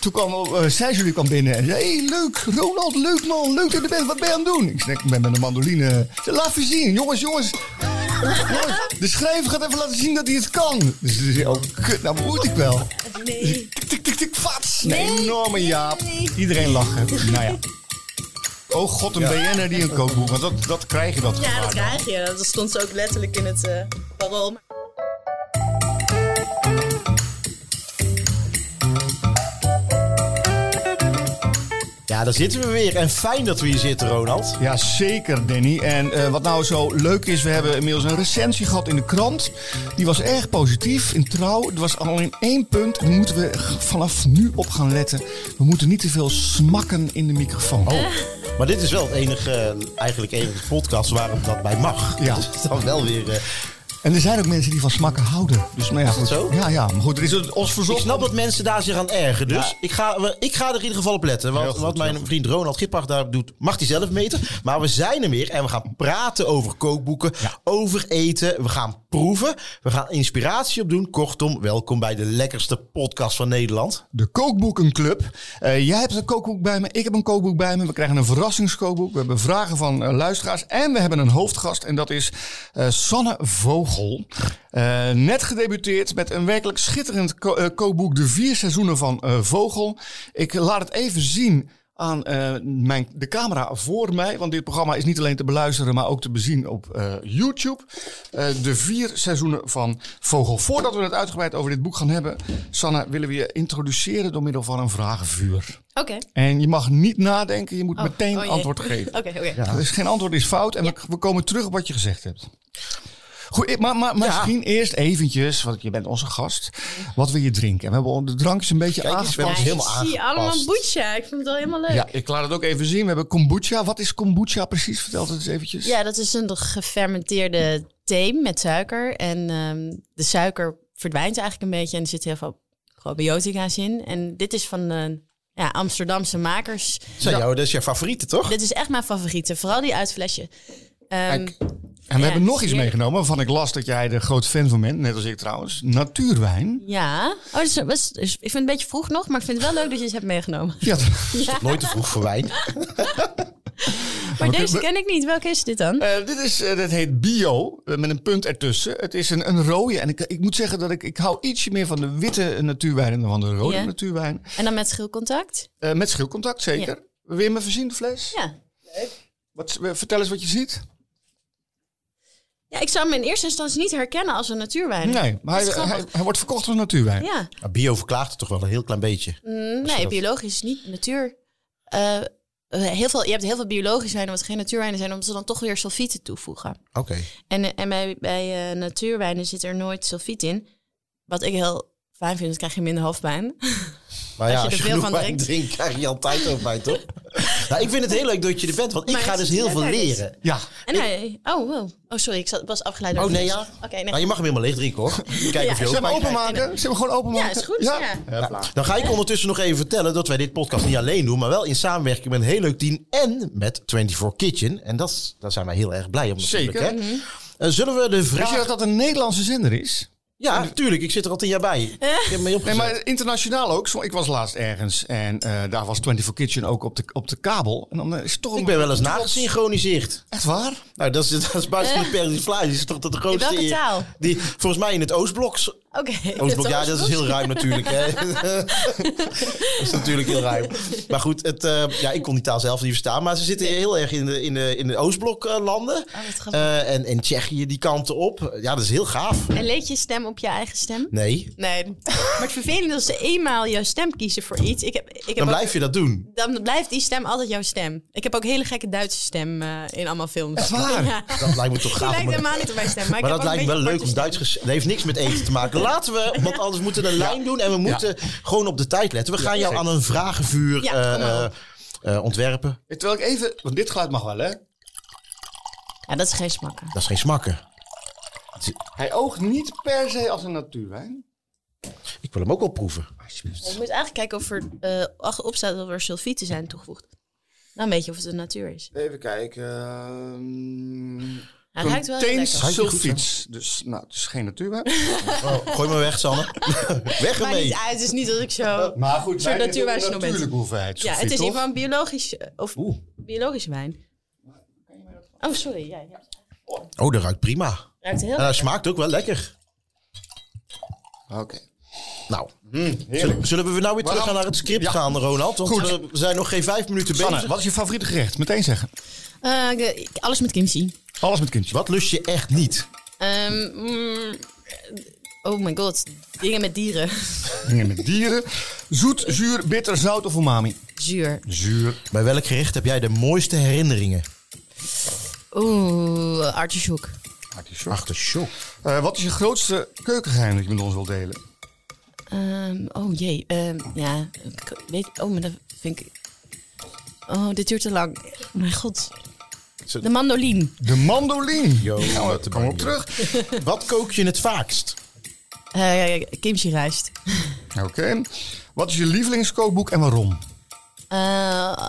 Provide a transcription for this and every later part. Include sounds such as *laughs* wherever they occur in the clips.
Toen kwam uh, Cesare kwam binnen en zei: hey, leuk, Ronald, leuk man, leuk dat je bent, wat ben je aan het doen? Ik zei: Ik ben met een mandoline. Ze laat even zien, jongens, jongens. jongens, De schrijver gaat even laten zien dat hij het kan. Dus ze zei: Oh, kut, nou moet ik wel. Nee. Tik, tik, tik, tik, vats. Nee. Een enorme jaap. Iedereen lachen. Nou *laughs* ja. Oh god, een BN'er die een kookboek. Want dat, dat krijg je dat Ja, gevaar dat dan. krijg je. Dat stond ze ook letterlijk in het eh parool. Ja, daar zitten we weer. En fijn dat we hier zitten, Ronald. Ja, zeker, Danny. En eh, wat nou zo leuk is, we hebben inmiddels een recensie gehad in de krant. Die was erg positief, in trouw. Er was alleen één punt, daar moeten we g- vanaf nu op gaan letten. We moeten niet te veel smakken in de microfoon. Oh, Maar dit is wel het enige, eh, eigenlijk enige podcast waarom dat bij mag. Ja. Dus dat is dan wel weer... eh, En er zijn ook mensen die van smakken houden. Dus, maar ja, goed. zo? Ja, ja, maar goed, er is ons ik verzocht. snap dat mensen daar zich aan ergeren. Dus Ja. ik, ga, we- ik ga er in ieder geval op letten. Heel Want goed, wat heel mijn vriend Ronald Gippard daar doet, mag hij zelf meten. Maar we zijn er weer en we gaan praten over kookboeken, over eten. We gaan proeven, we gaan inspiratie opdoen. Kortom, welkom bij de lekkerste podcast van Nederland. De Kookboekenclub. Eh, jij hebt een kookboek bij me, ik heb een kookboek bij me. We krijgen een verrassingskookboek. We hebben vragen van eh, luisteraars. En we hebben een hoofdgast en dat is eh, Sanne Vogel. Eh, net gedebuteerd met een werkelijk schitterend ko- eh, kookboek. De vier seizoenen van eh, Vogel. Ik laat het even zien aan eh, mijn, de camera voor mij. Want dit programma is niet alleen te beluisteren, maar ook te bezien op eh, YouTube. Eh, de vier seizoenen van Vogel. Voordat we het uitgebreid over dit boek gaan hebben, Sanne, willen we je introduceren door middel van een vragenvuur. Oké. En je mag niet nadenken, je moet Oh, meteen oh jee. antwoord geven. Oké, oké. Dus geen antwoord is fout en we, we komen terug op wat je gezegd hebt. Goed, ik- maar, maar, maar misschien eerst eventjes, want je bent onze gast. Wat wil je drinken? En we hebben de drankjes een beetje Kijk eens, we hebben aangepast. het helemaal ik zie aangepast. allemaal boetje. Ik vind het wel helemaal leuk. Ja, ik laat het ook even zien. We hebben kombucha. Wat is kombucha precies? Vertel het eens eventjes. Ja, dat is een gefermenteerde thee met suiker. En ehm, de suiker verdwijnt eigenlijk een beetje en er zit heel veel probiotica's in. En dit is van eh, ja, Amsterdamse makers. Zijn jou, dat is jouw favoriete, toch? Dit is echt mijn favoriete, vooral die uit flesje. Ehm, Kijk. en we ja, hebben nog iets heerlijk. meegenomen waarvan ik las dat jij er groot fan van bent. Net als ik trouwens. Natuurwijn. ja, oh, dus, dus- dus ik vind het een beetje vroeg nog, maar ik vind het wel leuk dat je het hebt meegenomen. Ja, Nooit te vroeg voor *laughs* wijn. Maar we- deze we- ken ik niet. Welke is dit dan? eh, dit is, eh, dat heet bio, eh, met een punt ertussen. Het is een, een rode. En ik, ik moet zeggen dat ik, ik hou ietsje meer van de witte natuurwijn dan van de rode Ja. natuurwijn. En dan met schilcontact? Eh, met schilcontact, zeker. Wil je me even zien, de fles? Ja. Wat, eh, vertel eens wat je ziet. Ja, ik zou hem in eerste instantie niet herkennen als een natuurwijn. Nee, maar hij, Dat is grappig. hij, hij wordt verkocht als natuurwijn. Ja. Maar Bio verklaart Nou, het toch wel een heel klein beetje. Mm, je Nee, dat- biologisch niet natuur. Eh, eh, heel veel, je hebt heel veel biologische wijnen wat geen natuurwijnen zijn, omdat ze dan toch weer sulfieten toevoegen. Oké. En, eh, en bij, bij eh, natuurwijnen zit er nooit sulfiet in. Wat ik heel fijn vind, dan krijg je minder *laughs* hoofdpijn. Maar ja, je als er je veel genoeg van wijn drinkt. drinkt, krijg je altijd ook wijn, *laughs* toch? nou, ik vind het heel leuk dat je er bent, want ik Maar ga het dus is heel veel lekker, dus- leren. Ja, En hij, oh, wow. oh, sorry, ik zat- was afgeleid door Oh, de nee, fles. ja? Oké, nee. Nou, je mag hem helemaal leeg *laughs* drinken, hoor. Kijken of je Ja, ook Zullen we wijn krijgt. openmaken? Zullen we gewoon openmaken? Ja, is goed, ja. Nou, dan ga ik ondertussen nog even vertellen dat wij dit podcast niet alleen doen, maar wel in samenwerking met een heel leuk team en met 24 Kitchen. En dat, is- daar zijn wij heel erg blij om natuurlijk. Zeker. Hè? Mhm. Eh, zullen we de vraag... Wist je dat dat een Nederlandse zender is? Ja, Hm. natuurlijk. Ik zit er al tien jaar bij. Ik heb mee Nee, opgezet. maar internationaal ook. Zo, Ik was laatst ergens en eh, daar was 24 Kitchen ook op de, op de kabel. En dan eh, is het toch Ik een- ben wel eens nagesynchroniseerd. Echt waar? Nou, dat is, dat is buiten de persiflage. Dat is toch dat de grootste... welke eer. taal? Die, volgens mij in het Oostblok Oké. *laughs* Oostblok, ja, dat Oh, is heel ruim natuurlijk. Hè. *laughs* dat is natuurlijk heel ruim. Maar goed, het, eh, ja, ik kon die taal zelf niet verstaan. Maar ze zitten heel erg in de, in de, in de Oostbloklanden. Oh, wat grappig. Eh, en, en Tsjechië, die kanten op. Ja, dat is heel gaaf. En leed je stem op je eigen stem? Nee, *laughs* Nee. Maar het vervelende is als ze eenmaal jouw stem kiezen voor iets. Ik heb, ik heb dan ook- blijf je dat doen. dan blijft die stem altijd jouw stem. Ik heb ook hele gekke Duitse stem eh, in allemaal films. Echt waar? Ja. Dat lijkt me *laughs* toch Die gaaf. lijkt om- helemaal niet op mijn stem. Maar, ik Maar heb dat ook lijkt een me wel beetje leuk om aparte Duits... ges- Dat heeft niks met eten te maken. *laughs* Laten we, want anders moeten we een lijn doen. En we moeten gewoon op de tijd letten. We gaan jou aan een vragenvuur Ja, eh, kom maar op. eh, eh, ontwerpen. Eh, Terwijl ik even... Want dit geluid mag wel, hè? stem. Ja, dat is geen smakken. Dat is geen smakken. Hij oogt niet per se als een natuurwijn. Ik wil hem ook wel proeven. Je moet eigenlijk kijken of er eh, achterop staat dat er sulfieten Nou, zijn toegevoegd. Dan weet je of het de natuur is. Even kijken. ehm, Hij ruikt wel heel lekker. Ruikt hij goed, sulfiets. Dus nou, het is geen natuurwijn. Oh, gooi me *laughs* weg, Sanne. weg Maar ermee. niet uit, het is niet dat ik zo... Maar goed, Zo'n wij zitten op natuurwijs een nog natuurlijke mensen. hoeveelheid. Ja, sulfiet, het is toch? iemand biologisch, eh, of Oeh. biologische wijn. Oh, sorry. Ja, ja. Oh, dat ruikt prima. Ruikt heel En dat smaakt ook wel lekker. Oké. Nou, Mm, Heerlijk. zullen, zullen we nou weer terug gaan naar het script Ja. gaan, Ronald? Want eh, Goed. we zijn nog geen vijf minuten Sanne, bezig. wat is je favoriete gerecht? Meteen zeggen. Eh, ik- ik- alles met kimchi. Alles met kindje. Wat lust je echt niet? Ehm, mm, oh my god, dingen met dieren. Dingen met dieren. Zoet, zuur, bitter, zout of umami? Zuur. Zuur. Bij welk gerecht heb jij de mooiste herinneringen? Oeh, artichoek. Artichok. Eh, wat is je grootste keukengeheim dat je met ons wilt delen? Ehm, oh jee, ehm, ja. ik Weet, oh, maar dat vind ik... Oh, dit duurt te lang. Oh Mijn god. Zo- De mandolin. De mandolin. Yo, Daar gaan we wat een komen we op manier. terug. *laughs* Wat kook je het vaakst? Eh kimchi rijst. Oké. Wat is je lievelingskookboek en waarom? Eh,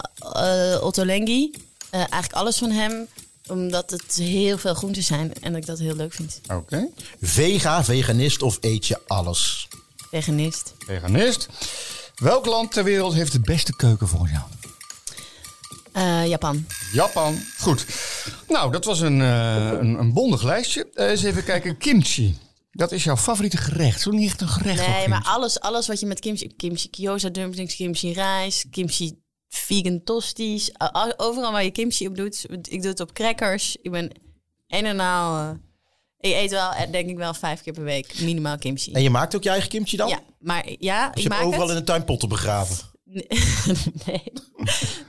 eh, Otto Lengi. Eh, eigenlijk alles van hem. Omdat het heel veel groenten zijn en dat ik dat heel leuk vind. Oké. Vega, veganist of eet je alles? Veganist. Veganist. Welk land ter wereld heeft de beste keuken voor jou? Eh, Japan. Japan. Goed. Nou, dat was een, eh, een, een bondig lijstje. Eh, eens even kijken. Kimchi. Dat is jouw favoriete gerecht. Zo niet echt een gerecht. hoor, Nee, kimchi. maar alles, alles wat je met kimchi... Kimchi kyoza dumplings, kimchi rijst, kimchi vegan tosties. a- a- Overal waar je kimchi op doet. Ik doe het op crackers. Ik ben een en al... eh, ik eet wel, eh, denk ik wel, vijf keer per week minimaal kimchi. En je maakt ook je eigen kimchi dan? Ja, maar ja, Dus ik je maak hebt overal het. in de tuin potten begraven. Nee. *laughs* nee.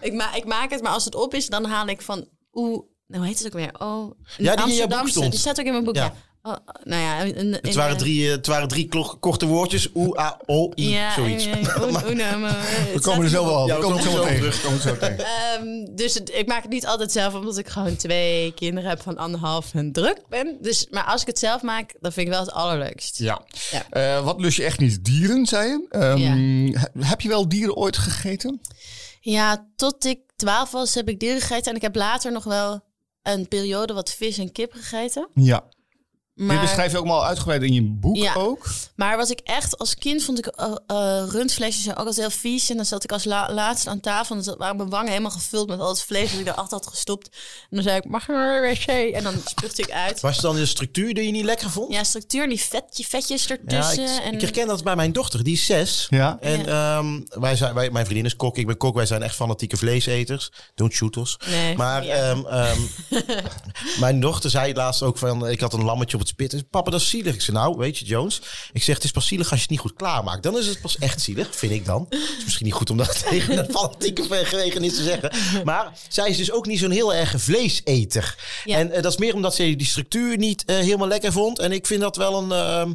ik, ma ik maak het, maar als het op is, dan haal ik van... Oeh, nou hoe heet het ook weer? Oh, een die in jouw boek Amsterdamse. stond. Die staat ook in mijn boek, Ja. ja. Oh, nou ja, een- een- Het een- waren drie, eh, het waren drie klo- korte woordjes. Oe, a, o, i, Ja, nou, zoiets. een- een- *laughs* een- een- een- een- We komen er zo wel Ja, we komen er zo wel tegen. We komen er zo tegen. Ehm, dus het- ik maak het niet altijd zelf, omdat ik gewoon twee kinderen heb van anderhalf en druk ben. Dus, maar als ik het zelf maak, dan vind ik wel het allerleukst. Ja. Ja. Eh, wat lust je echt niet? Dieren, zei je. Ehm, he- Heb je wel dieren ooit gegeten? Ja, tot ik twaalf was heb ik dieren gegeten. En ik heb later nog wel een periode wat vis en kip gegeten. Ja. Maar, Dit beschrijf je ook al uitgebreid in je boek Ja. ook. maar was ik echt als kind, vond ik eh, eh, rundvleesjes zijn ook altijd heel vies. En dan zat ik als la- laatste aan tafel en dan zat- waren mijn wangen helemaal gevuld met al het vlees dat ik daarachter had gestopt. En dan zei ik, mag ik naar de wc? En dan spuugde ik uit. Was het dan de structuur die je niet lekker vond? Ja, structuur en die vetje, vetjes Ja, ertussen. ik, en... ik herken dat bij mijn dochter, die is zes. Ja. En ehm, wij zijn, wij, mijn vriendin is kok, ik ben kok. Wij zijn echt fanatieke vleeseters. Don't shoot us. Nee, maar ja. *laughs* ehm, ehm, mijn dochter zei laatst ook van... Ik had een lammetje op het spit. En, Papa, dat is zielig. Ik zei, nou, weet je, Jones. Ik zeg, het is pas zielig als je het niet goed klaarmaakt. Dan is het pas echt zielig, vind ik dan. Het is misschien niet goed om dat *laughs* tegen een fanatieke veganist te zeggen. Maar zij is dus ook niet zo'n heel erg vleeseter. Ja. En eh, dat is meer omdat ze die structuur niet eh, helemaal lekker vond. En ik vind dat wel een... ehm,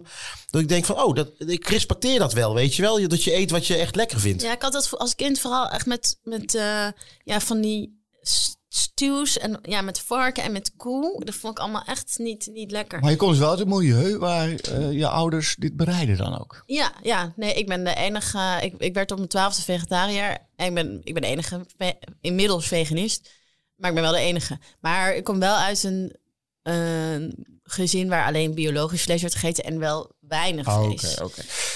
dat ik denk van, oh, dat, ik respecteer dat wel, weet je wel. Je- Dat je eet wat je echt lekker vindt. Ja, ik had dat voor- als kind vooral echt met, met eh, ja, van die s- stews en ja, met varken en met koe. Dat vond ik allemaal echt niet, niet lekker. Maar je komt dus wel uit het milieu waar eh, je ouders dit bereiden dan ook. Ja, ja, nee, ik ben de enige. Ik, ik werd op mijn twaalfde vegetariër. En ik ben, ik ben de enige, ve- inmiddels veganist. Maar ik ben wel de enige. Maar ik kom wel uit een eh, gezin waar alleen biologisch vlees werd gegeten en wel weinig Oh, vlees.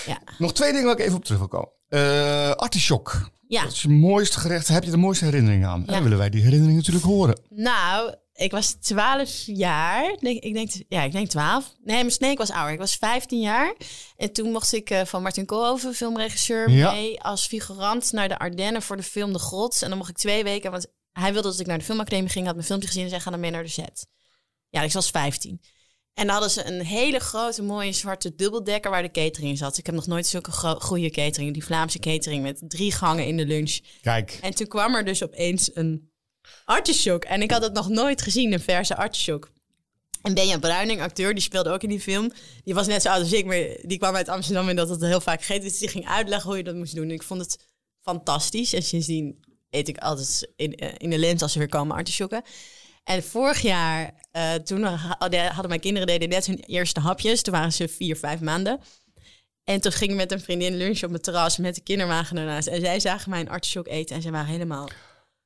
Ja. Nog twee dingen waar ik even op terug wil komen. Eh artichok. ja. Dat is je mooiste gerecht. Daar heb je de mooiste herinnering aan. En Ja. dan willen wij die herinnering natuurlijk horen. Nou, ik was 12 jaar. Denk, ik denk, ja, ik denk 12. Nee, mijn sneek was ouder. Ik was 15 jaar. En toen mocht ik eh, van Martin Koolhoven, filmregisseur, Ja. mee als figurant naar de Ardennen voor de film De Grots. En dan mocht ik twee weken, want hij wilde dat ik naar de filmacademie ging, had mijn filmpje gezien en zei: ga dan mee naar de set. Ja, dus ik was 15. En dan hadden ze een hele grote, mooie zwarte dubbeldekker waar de catering in zat. Ik heb nog nooit zulke gro- goede catering. Die Vlaamse catering met drie gangen in de lunch. Kijk. En toen kwam er dus opeens een artichok. En ik had het nog nooit gezien, een verse artichok. En Benja Bruining, acteur, die speelde ook in die film. Die was net zo oud als ik, maar die kwam uit Amsterdam en dat had heel vaak gegeten. Dus die ging uitleggen hoe je dat moest doen. En ik vond het fantastisch. En sindsdien eet ik altijd in, eh, in de lens als ze weer komen artichokken. En vorig jaar, eh, toen ha- hadden mijn kinderen deden net hun eerste hapjes. Toen waren ze vier, vijf maanden. En toen ging ik met een vriendin lunchen op mijn terras met de kinderwagen ernaast. En zij zagen mij een artichok eten en zij waren helemaal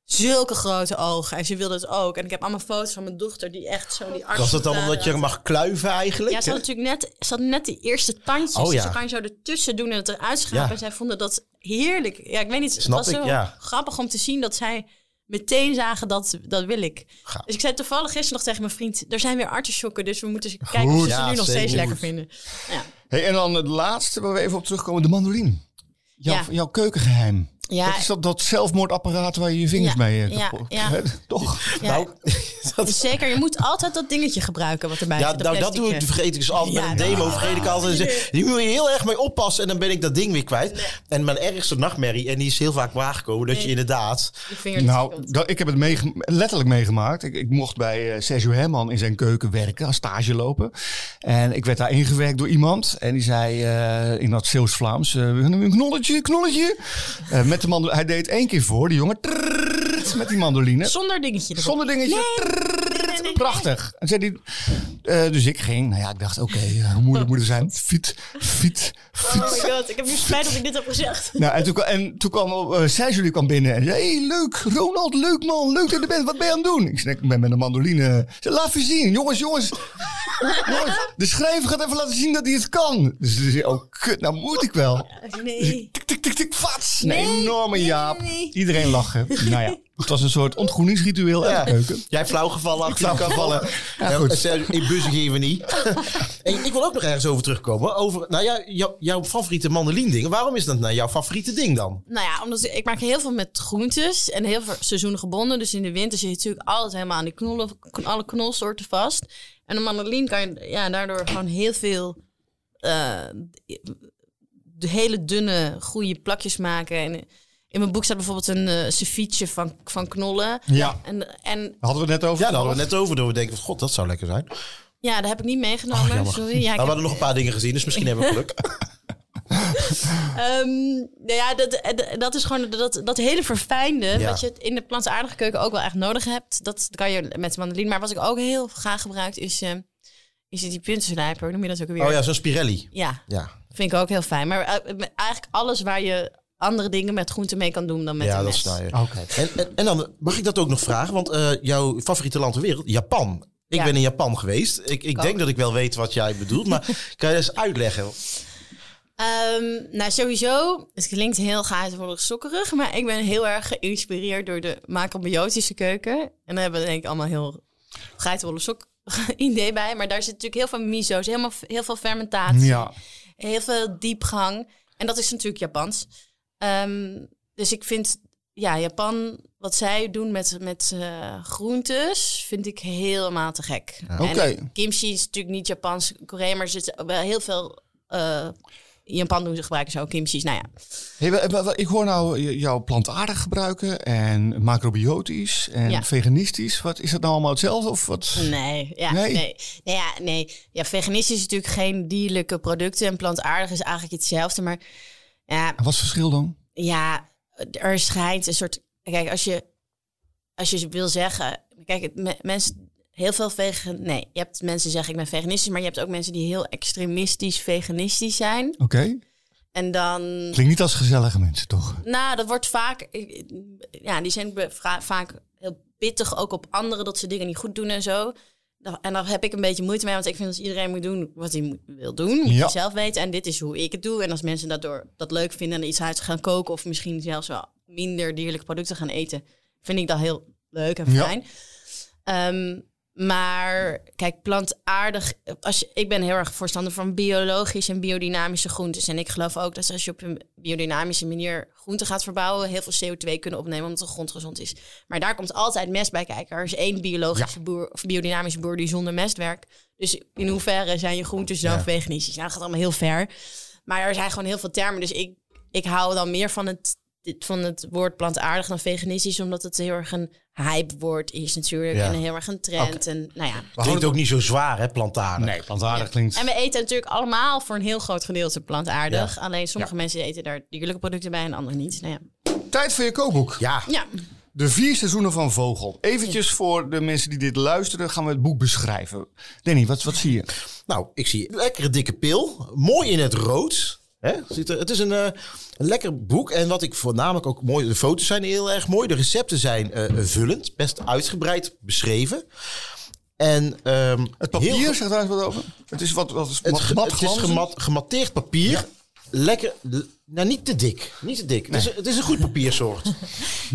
zulke grote ogen. En ze wilde het ook. En ik heb allemaal foto's van mijn dochter die echt zo die arts. Was dat dan omdat je mag kluiven eigenlijk? Ja, ze had natuurlijk net, ze had net die eerste tandjes. eh, Oh, ja. Dus dan kan je zo ertussen doen en het eruit schrapen. Ja. En zij vonden dat heerlijk. Ja, ik weet niet. Snap het was ik, zo ja. grappig om te zien dat zij meteen zagen dat, dat wil ik. Gaaf. Dus ik zei toevallig gisteren nog tegen mijn vriend... er zijn weer artisjokken, dus we moeten eens kijken of Goed. ze ze Ja, nu nog zeker. steeds lekker Goed. vinden. Ja, Hey, en dan het laatste waar we even op terugkomen, de mandoline. Jouw, Ja. jouw keukengeheim. Ja. Dat is dat, dat zelfmoordapparaat waar je je vingers Ja, mee ja, hebt. ja. *laughs* Toch? ja. Nou, dat, *laughs* Dus zeker, je moet altijd dat dingetje gebruiken wat erbij ja, zit. nou, dat doe ik, plasticje. vergeet ik dus altijd. eh. Ja, nou. met een dat- demo vergeet ik altijd. en zeg, Hier moet je heel erg mee oppassen en dan ben ik dat ding weer kwijt. En mijn ergste nachtmerrie, en die is heel vaak waargekomen, dat je Nee. inderdaad... Je vinger Nou, komt. dat, ik heb het meege- letterlijk meegemaakt. Ik, ik mocht bij eh, Sergio Herman in zijn keuken werken, als stage lopen. En ik werd daar ingewerkt door iemand. En die zei eh, in dat Zeeuws-Vlaams, eh, een knolletje, knolletje. Eh, met de mando- Hij deed het één keer voor, die jongen. Trrrrrrrt, met die mandoline. Zonder dingetje erop. Zonder dingetje. Trrrrrrrt, nee, nee. Prachtig. En zei die, eh, dus ik ging. Nou ja, ik dacht, oké, eh, hoe moeilijk moet het zijn? Fiet, fiet, fiet. Oh my god, ik heb nu spijt dat ik dit heb gezegd. Nou, en toen, kwa- en toen kwam eh Sergio die kwam binnen en zei: Hey, leuk, Ronald, leuk man, leuk dat je er bent. Wat ben je aan het doen? Ik zei: Ik ben met een mandoline. Ze zei, laat even zien, jongens, jongens. jongens, de schrijver gaat even laten zien dat hij het kan. Dus ze zei: Oh, kut, nou moet ik wel. Dus Nee. Tik, tik, tik, tik, vats. Een Nee, enorme nee, jaap. nee, nee. Iedereen lachen. Nou ja, het was een soort ontgroeningsritueel uit Ja. de keuken. Jij flauwgevallen, achteruit kan vallen. Ja, goed. En Sergio, Nou, In bussen *laughs* geven niet. Hey, ik wil ook nog ergens over terugkomen. Over, nou ja, jou- jouw favoriete mandoline-ding. Waarom is dat nou jouw favoriete ding dan? Nou ja, omdat ik maak heel veel met groentes en heel veel seizoengebonden. Dus in de winter zit je natuurlijk altijd helemaal aan die knollen, kn- alle knolsoorten vast. En een mandoline kan je ja, daardoor gewoon heel veel eh, de hele dunne, goede plakjes maken. En in mijn boek staat bijvoorbeeld een eh, ceviche van, van knollen. Ja. En, en Daar hadden we het net over. Ja, daar hadden we het net over. Door we denken, van, god, dat zou lekker zijn. Nou, ja, dat heb ik niet meegenomen. jammer. Sorry. Ja, we ik heb- hadden nog een paar dingen gezien, dus misschien hebben we geluk. Ehm, nou ja, dat, eh, dat is gewoon dat, dat hele verfijnde. Ja. Wat je in de plantaardige keuken ook wel echt nodig hebt. Dat kan je met mandoline. Maar wat ik ook heel graag gebruik is. eh, is die puntenslijper, noem je dat ook weer? Oh *laughs* ja, zo'n Spirelli. Ja, Ja, vind ik ook heel fijn. Maar eh, met- eigenlijk alles waar je andere dingen met groenten mee kan doen dan met ja een dat mes. sta je. Oké. En, en, en dan mag ik dat ook nog vragen? Want eh, jouw favoriete land ter wereld, Japan. Ik Ja. ben in Japan geweest. Ik, ik ook. denk dat ik wel weet wat jij bedoelt, *laughs* maar kan je eens uitleggen? Ehm, nou, sowieso, het klinkt heel gaatvolig sokkerig, maar ik ben heel erg geïnspireerd door de macrobiotische keuken. En daar hebben we denk ik allemaal heel gaatvolle sok *laughs* idee bij. Maar daar zit natuurlijk heel veel miso's, helemaal, heel veel fermentatie, Ja. heel veel diepgang. En dat is natuurlijk Japans. Ehm, dus ik vind, ja, Japan, wat zij doen met, met eh, groentes, vind ik helemaal te gek. En Oké. Kimchi is natuurlijk niet Japans, Korea, maar er zitten wel heel veel. eh, in Japan doen ze gebruiken zo kimchi's. Nou ja, Hey, wa- wa- wa- ik hoor nou eh, jou plantaardig gebruiken en macrobiotisch en Ja. veganistisch. Wat is dat nou allemaal hetzelfde of wat? nee, ja, Nee. nee, nee, ja, nee. Ja, veganistisch is natuurlijk geen dierlijke producten en plantaardig is eigenlijk hetzelfde, maar ja, En Wat is het verschil dan? ja, er schijnt een soort. Kijk, als je, als je wil zeggen. Kijk, het me- mensen. Heel veel vegan. Nee, je hebt mensen die zeggen ik ben veganistisch. Maar je hebt ook mensen die heel extremistisch veganistisch zijn. Oké. En dan. Klinkt niet als gezellige mensen, toch? Nou, dat wordt vaak. ik- ik- Ja, die zijn be- vra- vaak heel pittig ook op anderen dat ze dingen niet goed doen en zo. Da- En daar heb ik een beetje moeite mee, want ik vind dat iedereen moet doen wat hij moet- wil doen. Moet Ja. je zelf weten. En dit is hoe ik het doe. En als mensen daardoor dat leuk vinden en iets uit gaan koken, of misschien zelfs wel minder dierlijke producten gaan eten, vind ik dat heel leuk en Ja. fijn. Ehm, maar kijk, plantaardig. Als je, ik ben heel erg voorstander van biologisch en biodynamische groentes. En ik geloof ook dat als je op een biodynamische manier groenten gaat verbouwen, heel veel CO2 kunnen opnemen omdat de grond gezond is. Maar daar komt altijd mest bij kijken. Er is één biologische boer of biodynamische boer die zonder mest werkt. Dus in hoeverre zijn je groentes zelf veganistisch? Nou, dat gaat allemaal heel ver. Maar er zijn gewoon heel veel termen. Dus ik, ik hou dan meer van het, dit- van het woord plantaardig dan veganistisch. Omdat het heel erg een hype-woord is natuurlijk. Ja. En heel erg een trend. En, nou ja. Klinkt ook niet zo zwaar, hè, plantaren? plantaardig klinkt... en we eten natuurlijk allemaal voor een heel groot gedeelte plantaardig. Alleen sommige mensen eten daar dierlijke producten bij en anderen niet. Nou ja. Tijd voor je kookboek. Ja, ja, De vier seizoenen van Vogel. Eventjes voor de mensen die dit luisteren, gaan we het boek beschrijven. Danny, wat, wat zie je? nou, ik zie een lekkere dikke pil. Mooi in het rood. Hè? Ziet er- Het is een eh, een lekker boek. En wat ik voornamelijk ook mooi... De foto's zijn heel erg mooi. De recepten zijn eh, vullend. Best uitgebreid beschreven. En, ehm, Het papier heel- zegt daar eens wat over. Het is wat, wat, het, wat ge- mat het is glanzend. gemat, gematteerd papier. Lekker... l- Nou, niet te dik. Niet te dik. Het, is, het is een goed papiersoort.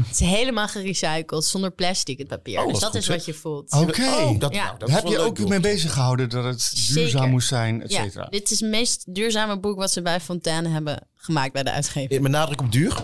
Het is helemaal gerecycled, zonder plastic het papier. Oh, dus dat dat is is goed, wat je voelt. Oké. Oh, dat, Ja. nou, dat is Heb wel je leuk, ook u joh. mee bezig gehouden dat het Zeker. duurzaam moest zijn, et Ja, cetera? dit is het meest duurzame boek wat ze bij Fontaine hebben gemaakt bij de uitgever. Eh, Met nadruk op duur.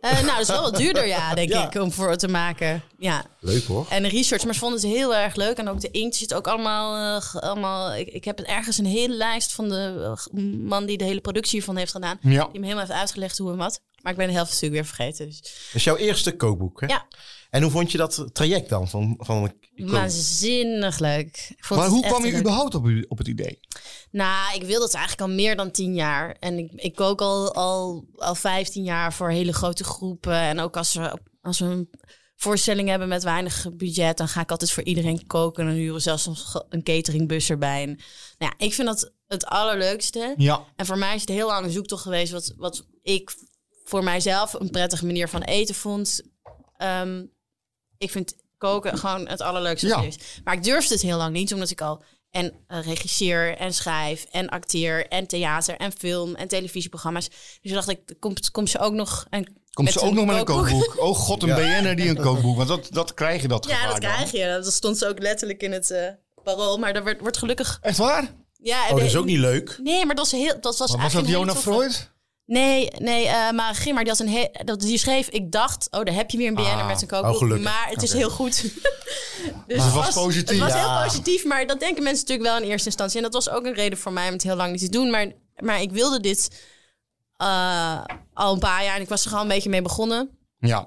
Eh, nou, dat is wel wat duurder, ja, denk Ja. ik, om voor te maken. Ja. Leuk hoor. En de research, maar ze vonden het heel erg leuk. En ook de inkt zit ook allemaal... eh, ge- allemaal ik, ik heb ergens een hele lijst van de eh, g- man die de hele productie hiervan heeft gedaan. Ja. Die me helemaal heeft uitgelegd hoe en wat. Maar ik ben de helft natuurlijk weer vergeten. Dus. Dat is jouw eerste kookboek, hè? Ja, En hoe vond je dat traject dan? Van, van een Nou, kook- waanzinnig leuk. Ik vond Maar het hoe echt kwam een je leuk- überhaupt op, u- op het idee? Nou, ik wil dat eigenlijk al meer dan tien jaar. En ik, ik kook al, al, al 15 jaar voor hele grote groepen. En ook als we, als we een voorstelling hebben met weinig budget, dan ga ik altijd voor iedereen koken. En dan huren we zelfs soms ge- een cateringbus erbij. En, nou ja, ik vind dat het allerleukste. Ja. En voor mij is het heel lang een zoektocht geweest wat, wat ik voor mijzelf een prettige manier van eten vond. Ehm, ik vind koken gewoon het allerleukste wat Ja. er is. Maar ik durfde het heel lang niet, omdat ik al en eh, regisseer en schrijf en acteer en theater en film en televisieprogramma's. Dus toen dacht ik, komt, komt ze ook nog... En Komt met ze ook nog met een kookboek? Oh god, een Ja. BN'er die een kookboek. Want dat, dat krijg je dat *laughs* Ja, gevaar dat dan. krijg je. Dat stond ze ook letterlijk in het eh parool. Maar dat werd, wordt gelukkig... Echt waar? Ja, Oh, dat is ook niet leuk. Nee, maar dat was heel... Dat was, Maar was eigenlijk dat een hele Jonah toffe- Freud? Nee, nee eh maar Grimmer die, had een he- dat, die schreef... Ik dacht, oh, daar heb je weer een BN'er Ah, met een oh, kookboek. gelukkig. maar het is Oké. heel *laughs* goed. *laughs* dus het was positief. Het was Ja. heel positief, maar dat denken mensen natuurlijk wel in eerste instantie. En dat was ook een reden voor mij om het heel lang niet te doen. Maar, maar ik wilde dit eh, al een paar jaar en ik was er gewoon een beetje mee begonnen. Ja.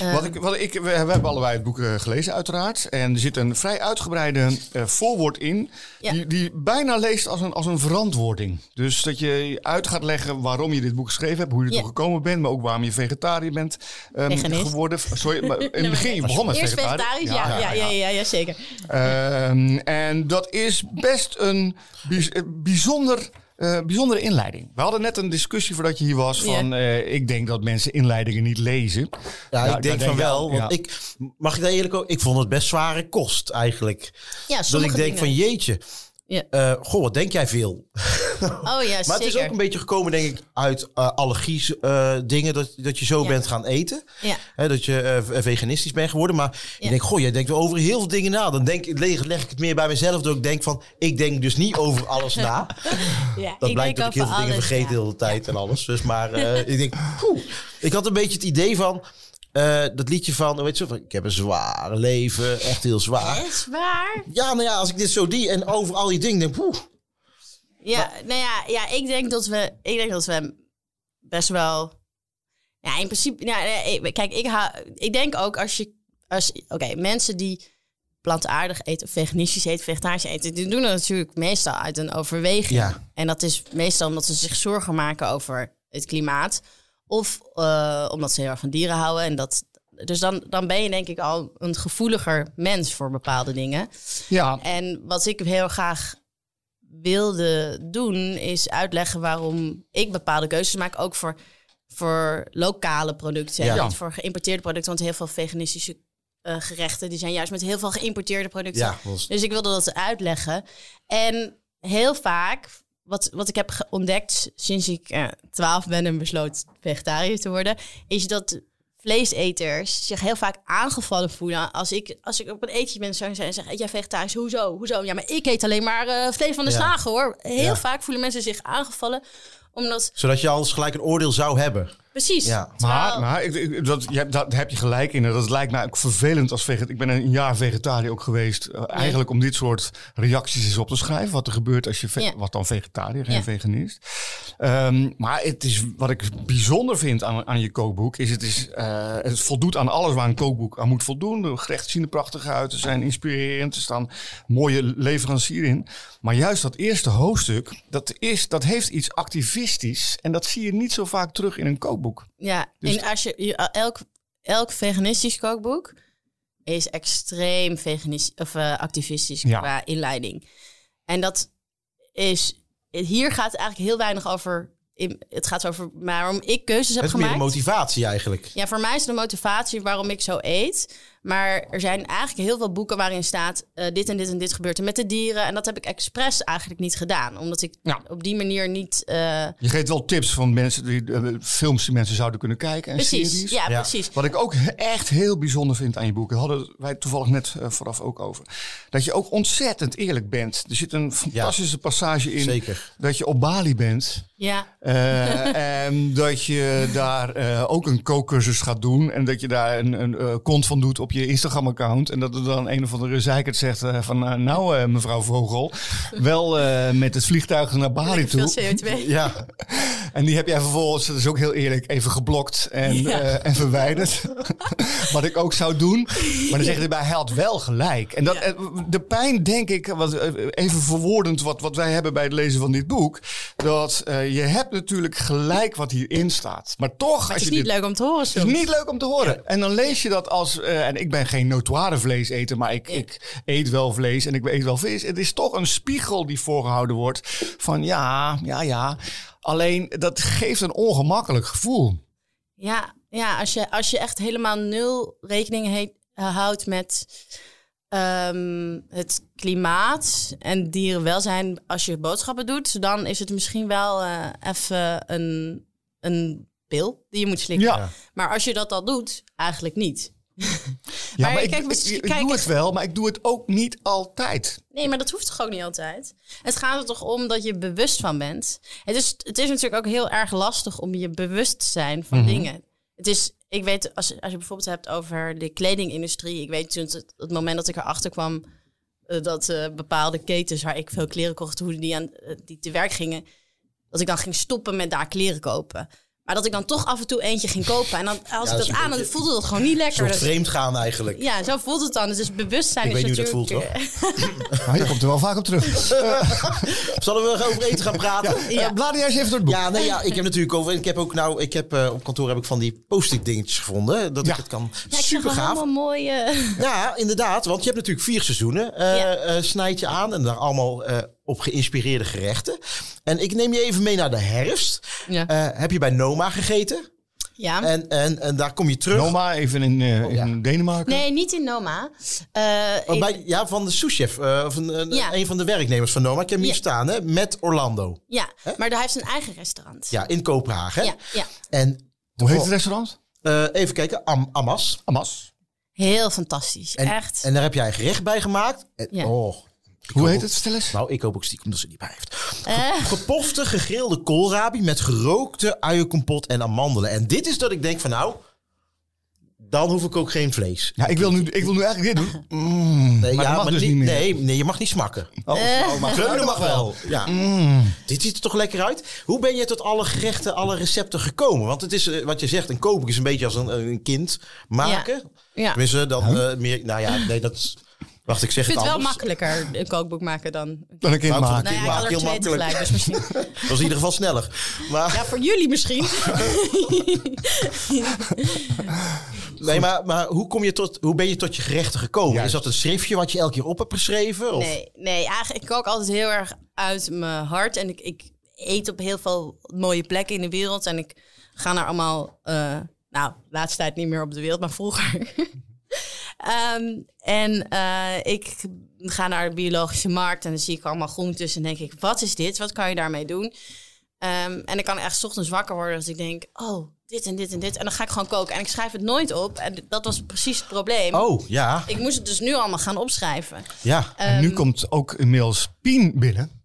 Eh. wat ik, wat ik, we, we hebben allebei het boek eh, gelezen, uiteraard. En er zit een vrij uitgebreide eh, voorwoord in. Ja. Die, die bijna leest als een, als een verantwoording. Dus dat je uit gaat leggen waarom je dit boek geschreven hebt. Hoe je Ja. ertoe gekomen bent. Maar ook waarom je vegetariër bent ehm, Veganist. geworden. Sorry, maar in het Nee, maar begin je nee. begon met Eerst vegetarisch, ja, ja, ja, ja, ja, zeker. Ehm, en dat is best een bijz- eh, bijzonder, eh, bijzondere inleiding. We hadden net een discussie voordat je hier was van... eh, ik denk dat mensen inleidingen niet lezen. Ja, Nou, ik denk dat van wel. ja. Want ik, mag ik daar eerlijk ook? Ik vond het best zware kost eigenlijk. Ja, dat ik sommige denk dingen. van jeetje. Ja. eh, goh, wat denk jij veel? Oh ja, Maar zeker. het is ook een beetje gekomen, denk ik, uit eh, allergie eh, dingen. Dat, dat je zo Ja. bent gaan eten. Ja. Hè, dat je eh, v- veganistisch bent geworden. Maar ik Ja. denk, goh, jij denkt wel over heel veel dingen na. Dan denk, ik- leg, leg ik het meer bij mezelf. Dat ik denk van, ik denk dus niet over alles na. Ja, Dat ik denk blijkt dat ik heel over veel dingen alles, vergeet ja. de hele tijd en alles. Dus *laughs* maar eh, ik denk, poeh. ik had een beetje het idee van eh, dat liedje van, weet je, van, ik heb een zwaar leven, echt heel zwaar. Is waar? Ja, nou ja, als ik dit zo die en over al die dingen denk, poeh. Ja, nou ja, ja ik, denk dat we, ik denk dat we best wel. Ja, in principe. Ja, nee, ik- kijk, ik, hou, ik denk ook als je. Als, Oké, mensen die plantaardig eten, veganistisch eten, vegetarisch eten, die doen dat natuurlijk meestal uit een overweging. Ja. En dat is meestal omdat ze zich zorgen maken over het klimaat. Of eh, omdat ze heel erg van dieren houden. En dat, dus dan, dan ben je denk ik al een gevoeliger mens voor bepaalde dingen. Ja, En wat ik heel graag wilde doen, is uitleggen waarom ik bepaalde keuzes maak. Ook voor, voor lokale producten en Ja. niet voor geïmporteerde producten. Want heel veel veganistische eh, gerechten die zijn juist met heel veel geïmporteerde producten. Ja, dat is- Dus ik wilde dat uitleggen. En heel vaak, wat, wat ik heb ge- ontdekt sinds ik eh, twaalf ben en besloot vegetariër te worden, is dat vleeseters zich heel vaak aangevallen voelen. Als ik, als ik op een eetje ben zou zijn en zeg, "Eet jij vegetarisch, hoezo? hoezo? Ja, maar ik eet alleen maar eh, vlees van de Ja. slager hoor. Heel Ja. vaak voelen mensen zich aangevallen omdat, Zodat je alles gelijk een oordeel zou hebben. precies. Ja. Maar, terwijl- maar ik, ik- dat, je, hebt- daar heb je gelijk in. Dat lijkt mij ook vervelend als vegetariër. Ik ben een jaar vegetariër ook geweest. eh, Eigenlijk om dit soort reacties eens op te schrijven. Wat er gebeurt als je... ve- Ja. Wat dan vegetariër, geen Ja. veganist. Ehm, maar het is, wat ik bijzonder vind aan, aan je kookboek... is, het, is eh, het voldoet aan alles waar een kookboek aan moet voldoen. De gerechten zien er prachtig uit. Ze zijn inspirerend. Er staan mooie leverancier in. Maar juist dat eerste hoofdstuk... Dat, is, dat heeft iets activistisch. En dat zie je niet zo vaak terug in een kookboek. Ja, Dus- en als je, je- elk, elk veganistisch kookboek is extreem veganistisch of eh, activistisch Ja. qua inleiding. En dat is hier gaat het eigenlijk heel weinig over in- het gaat over waarom ik keuzes heb Het is meer een gemaakt. motivatie eigenlijk. Ja, voor mij is de motivatie waarom ik zo eet. Maar er zijn eigenlijk heel veel boeken waarin staat... eh, dit en dit en dit gebeurt er met de dieren. En dat heb ik expres eigenlijk niet gedaan. Omdat ik Ja. op die manier niet... eh, Je geeft wel tips van mensen die, eh, films die mensen zouden kunnen kijken en precies, series. ja, Ja. precies. Wat ik ook he- echt heel bijzonder vind aan je boeken, hadden wij toevallig net eh, vooraf ook over. Dat je ook ontzettend eerlijk bent. Er zit een fantastische passage in. Zeker. Dat je op Bali bent. Ja, Eh, en dat je daar eh, ook een kookcursus gaat doen. En dat je daar een, een eh, kont van doet op je Instagram-account. En dat er dan een of andere zeikert zegt eh, van... eh, nou, eh, mevrouw Vogel, wel eh, met het vliegtuig naar Bali lekker veel toe. CO2. Ja, En die heb jij vervolgens, dat is ook heel eerlijk, even geblokt en, Ja. eh, en verwijderd. *laughs* wat ik ook zou doen. Maar dan zeg je erbij, hij had wel gelijk. En dat, Ja. eh, de pijn, denk ik, wat, eh, even verwoordend wat, wat wij hebben bij het lezen van dit boek. Dat eh, je hebt natuurlijk gelijk wat hierin staat. Maar toch, als Het is je niet dit- leuk om te horen het soms. is niet leuk om te horen. En dan lees je dat als. eh, en ik ben geen notoire vleeseter, maar ik, ik eet wel vlees en ik eet wel vis. Het is toch een spiegel die voorgehouden wordt. Van ja, ja, ja. Alleen dat geeft een ongemakkelijk gevoel. Ja, ja als, je, als je echt helemaal nul rekening he- eh, houdt met ehm, het klimaat en dierenwelzijn als je boodschappen doet, dan is het misschien wel eh, even een, een pil die je moet slikken. Ja. Maar als je dat al doet, eigenlijk niet. Ja, Maar ik, kijk, ik- misschien- ik kijk, doe ik- het wel, maar ik doe het ook niet altijd. Nee, maar dat hoeft toch ook niet altijd? Het gaat er toch om dat je bewust van bent. Het is, het is natuurlijk ook heel erg lastig om je bewust te zijn van Mhm. dingen. Het is, ik weet, als, als je bijvoorbeeld hebt over de kledingindustrie. Ik weet toen het, het moment dat ik erachter kwam eh, dat eh, bepaalde ketens waar ik veel kleren kocht, hoe die, aan, eh, die te werk gingen, dat ik dan ging stoppen met daar kleren kopen. Maar dat ik dan toch af en toe eentje ging kopen. En dan als dat ik is dat een aan, dan beetje- voelde dat gewoon niet een lekker. soort Dat- vreemd gaan eigenlijk. ja, zo voelt het dan. Dus bewustzijn Ik is weet niet hoe dat natuurlijk... eh, voelt, hoor. Nou, je komt er wel vaak op *laughs* terug. Eh Zullen we over eten gaan *laughs* praten? eh, blader jij eens even door het boek. Ja, nee, ja, ik heb natuurlijk over. Ik heb ook nou, ik heb eh, op kantoor heb ik van die post-it dingetjes gevonden. Dat Ja. ik het kan. Ja, ik zag Super wel gaaf. allemaal mooie... *laughs* Ja, inderdaad. Want je hebt natuurlijk vier seizoenen. eh, Ja. eh, snijd je aan en daar allemaal eh, op geïnspireerde gerechten. En ik neem je even mee naar de herfst. Ja. Eh, heb je bij Noma gegeten? ja. En, en, en daar kom je terug. Noma, even in, eh, ja. in Denemarken. nee, niet in Noma. Eh, Oh, in- bij- ja, van de souschef. eh, of een, een, Ja. een van de werknemers van Noma. Ik heb hem Ja. hier staan, hè? Met Orlando. ja, maar hij heeft zijn eigen restaurant. Ja, in Kopenhagen. hè? ja, ja. En Hoe heet het restaurant? eh, even kijken, Am- Amas. Amas. Heel fantastisch, En, echt. En daar heb jij een gerecht bij gemaakt. En, Ja. Oh, Hoe hoop heet ook- het? Stel eens. nou, ik hoop ook stiekem dat ze die bij heeft. Eh, Gepofte, gegrilde koolrabi met gerookte uienkompot en amandelen. En dit is dat ik denk van nou, dan hoef ik ook geen vlees. Ja, ik wil nu, ik wil nu eigenlijk dit doen. Nee, maar dat mag dus ni- niet meer. Nee, nee, je mag niet smakken. Oh, oh, maar Kreunen mag wel. Ja. Mm. Dit ziet er toch lekker uit. Hoe ben je tot alle gerechten, alle recepten gekomen? Want het is, eh, wat je zegt, een kookboek is een beetje als een, eh, een kind maken. ja. Ik Tenminste, dan eh, meer, nou ja, nee, dat is- Wacht, ik zeg vind het het wel anders. makkelijker een kookboek maken dan... Dan een kind Nou, maken. ik vond Nou ja, ik had er heel twee makkelijk. tegelijk, dus misschien... *laughs* Dat is in ieder geval sneller. Maar, Ja, voor jullie misschien. *laughs* *laughs* nee, maar, maar hoe, kom je tot, hoe ben je tot je gerechten gekomen? Juist. Is dat een schriftje wat je elke keer op hebt geschreven? Of? Nee, nee, eigenlijk ik kook altijd heel erg uit mijn hart. En ik, ik eet op heel veel mooie plekken in de wereld. En ik ga naar allemaal, eh, nou, de laatste tijd niet meer op de wereld, maar vroeger. *laughs* Ehm, en eh, ik ga naar de biologische markt en dan zie ik allemaal groentes. En denk ik, wat is dit? Wat kan je daarmee doen? Ehm, en ik kan echt 's ochtends wakker worden als ik denk, oh, dit en dit en dit. En dan ga ik gewoon koken. En ik schrijf het nooit op. En dat was precies het probleem. Oh, ja. Ik moest het dus nu allemaal gaan opschrijven. Ja. Eh, En nu komt ook inmiddels Pien binnen.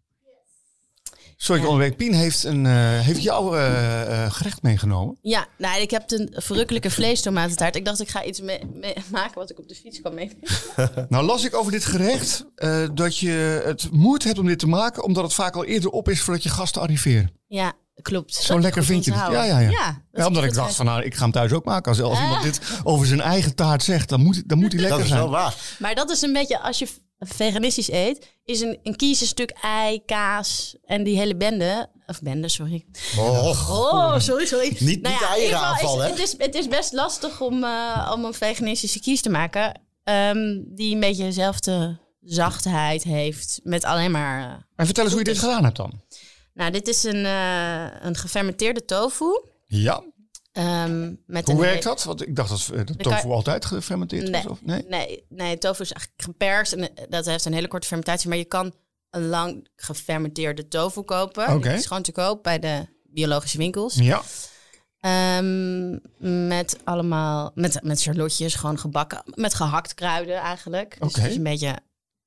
Sorry, ik onderweek. Pien heeft, een, eh, heeft jouw eh, eh, gerecht meegenomen. Ja, nou, ik heb een verrukkelijke vleestomatentaart. Ik dacht, ik ga iets mee- mee- maken wat ik op de fiets kan meenemen. Nou las ik over dit gerecht eh, dat je het moeite hebt om dit te maken... omdat het vaak al eerder op is voordat je gasten arriveren. Ja, klopt. Zo lekker vind je het. Ja, ja, ja. dat Ja, omdat is ik dacht, goed. van, nou, ik ga hem thuis ook maken. Als, als Ah. iemand dit over zijn eigen taart zegt, dan moet, dan moet hij lekker Dat is zijn. wel waar. Maar dat is een beetje, als je v- veganistisch eet, is een, een kies een stuk ei, kaas en die hele bende. Of bende, sorry. Oh. Oh, sorry, sorry. Niet- niet de in ieder eieren geval is- aanvallen, hè? Het is, het is best lastig om, eh, om een veganistische kies te maken. ehm, die een beetje dezelfde zachtheid heeft met alleen maar... eh, En vertel eens hoe je dit gedaan hebt dan. Nou, dit is een, eh, een gefermenteerde tofu. Ja. ehm, met Hoe een werkt dat? Want ik dacht dat eh, de kan- tofu altijd gefermenteerd Nee. was. Of? Nee. Nee, nee, tofu is eigenlijk geperst en eh, dat heeft een hele korte fermentatie. Maar je kan een lang gefermenteerde tofu kopen. Oké. Die is gewoon te koop bij de biologische winkels. Ja. Ehm, met allemaal, met, met charlotjes, gewoon gebakken, met gehakt kruiden eigenlijk. Dus Oké. het is een beetje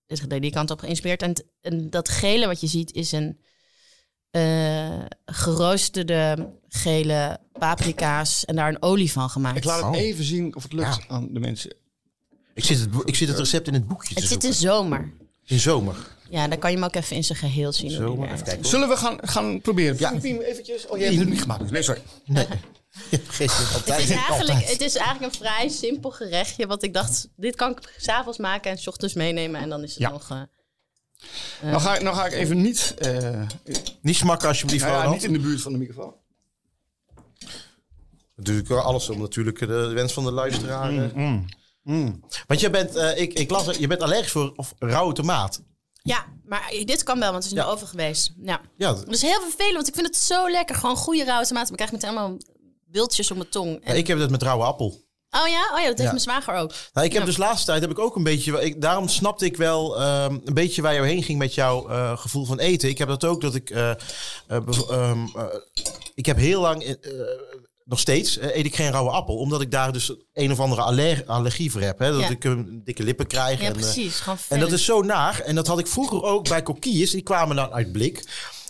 dit- die kant op geïnspireerd. En, het- en dat gele wat je ziet is een eh, geroosterde gele paprika's en daar een olie van gemaakt. Ik laat het Oh. even zien of het lukt Ja. aan de mensen. Ik zit, het, bo- ik zit het recept in het boekje te het zit in zoeken. zomer. in zomer. Ja, dan kan je hem ook even in zijn geheel zien. hoe die Zomer, werkt. even kijken. Zullen we gaan, gaan proberen? Ja. Piem, Piem, eventjes. Oh, jij hebt het niet gemaakt. Nee, sorry. *laughs* Gisteren op Het tijd. is, eigenlijk, het is eigenlijk een vrij simpel gerechtje. Want ik dacht, dit kan ik s'avonds maken en s ochtends meenemen. En dan is het Ja. nog... eh, Nou ga, ik- nou ga ik even niet, eh, Niet smakken alsjeblieft, nou ja, Ronald. niet in de buurt van de microfoon. Natuurlijk wel alles om natuurlijk eh, de wens van de luisteraar. eh. Want je bent, eh, ik, ik las, het, je bent allergisch voor of rauwe tomaat. Ja, maar dit kan wel, want het is in Ja. de oven geweest. Ja. Ja, Dat is heel vervelend, want ik vind het zo lekker. Gewoon goede rauwe tomaten. Maar ik krijg meteen allemaal wildjes op mijn tong. ja, En- ik heb dat met rauwe appel. oh ja? Oh ja, dat heeft Ja. mijn zwager ook. Nou, ik heb Ja. dus laatste tijd heb ik ook een beetje. Ik, daarom snapte ik wel ehm, een beetje waar jou heen ging met jouw eh, gevoel van eten. Ik heb dat ook dat ik. eh, eh, bev- ehm, eh, ik heb heel lang. eh, eh, nog steeds eh, eet ik geen rauwe appel, omdat ik daar dus een of andere aller- allergie voor heb. Hè? Dat Ja. ik een dikke lippen krijg. Ja, en, eh, precies. Gewoon en dat vervelend. is zo naar. En dat had ik vroeger ook bij kokkies. Die kwamen dan uit blik.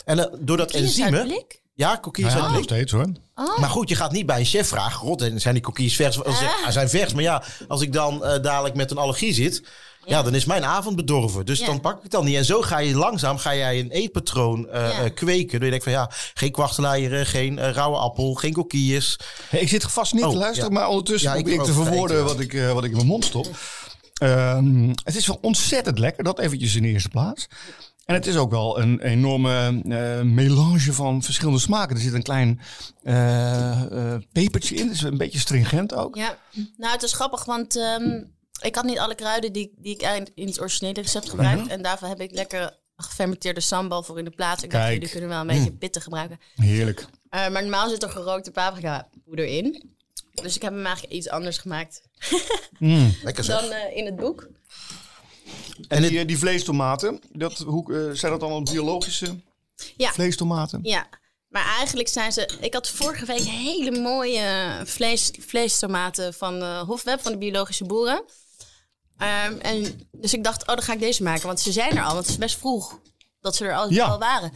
En eh, door dat Kies uit enzymen. blik? Ja, kokkies uit blik. steeds hoor. Oh. Maar goed, je gaat niet bij een chef vragen. God, en zijn die kokkies vers? Als ze- ah, zijn vers. Maar ja, als ik dan eh, dadelijk met een allergie zit. Ja. dan is mijn avond bedorven. Dus Ja. dan pak ik het dan niet. En zo ga je langzaam ga jij een eetpatroon eh, Ja. eh, kweken. Dan denk je van ja, geen kwakkeleieren, geen eh, rauwe appel, geen kokkies. ik zit vast niet Oh, te luisteren, ja. maar ondertussen Ja, ik probeer ik te ook verwoorden tijd, ja. wat, ik, eh, wat ik in mijn mond stop. Ehm, het is wel ontzettend lekker, dat eventjes in de eerste plaats. En het is ook wel een enorme eh, melange van verschillende smaken. Er zit een klein eh, eh, pepertje in, dus een beetje stringent ook. Ja. Nou, het is grappig, want ehm, ik had niet alle kruiden die, die ik eind- in het originele recept Mhm. gebruikt. En daarvoor heb ik lekker gefermenteerde sambal voor in de plaats. Ik dacht, Kijk. jullie kunnen wel een Mm. beetje pittig gebruiken. Heerlijk. Eh, maar normaal zit er gerookte paprika poeder in. Dus ik heb hem eigenlijk iets anders gemaakt Lekker zeg. dan eh, in het boek. En, die, eh, die vleestomaten, dat, hoe, eh, zijn dat allemaal biologische Ja. vleestomaten? Ja, maar eigenlijk zijn ze. Ik had vorige week hele mooie vlees, vleestomaten van eh, Hofweb, van de biologische boeren. Ehm, en, dus ik dacht, oh, dan ga ik deze maken. Want ze zijn er al, want het is best vroeg dat ze er al, Ja. al waren.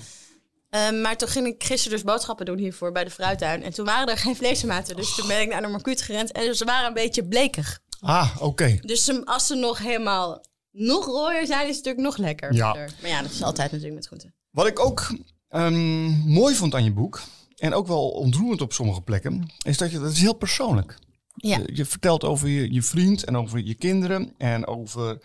Ehm, maar toen ging ik gisteren dus boodschappen doen hiervoor bij de fruittuin. En toen waren er geen vleestomaten. Dus toen ben ik naar de marcuut gerend. En ze waren een beetje blekig. Ah, oké. Dus ze- als ze nog helemaal nog rooier zijn, is het natuurlijk nog lekker. Ja. Maar ja, dat is altijd natuurlijk met groenten. Wat ik ook ehm, mooi vond aan je boek, en ook wel ontroerend op sommige plekken, is dat je dat is heel persoonlijk. Ja. Je, je vertelt over je, je vriend en over je kinderen en over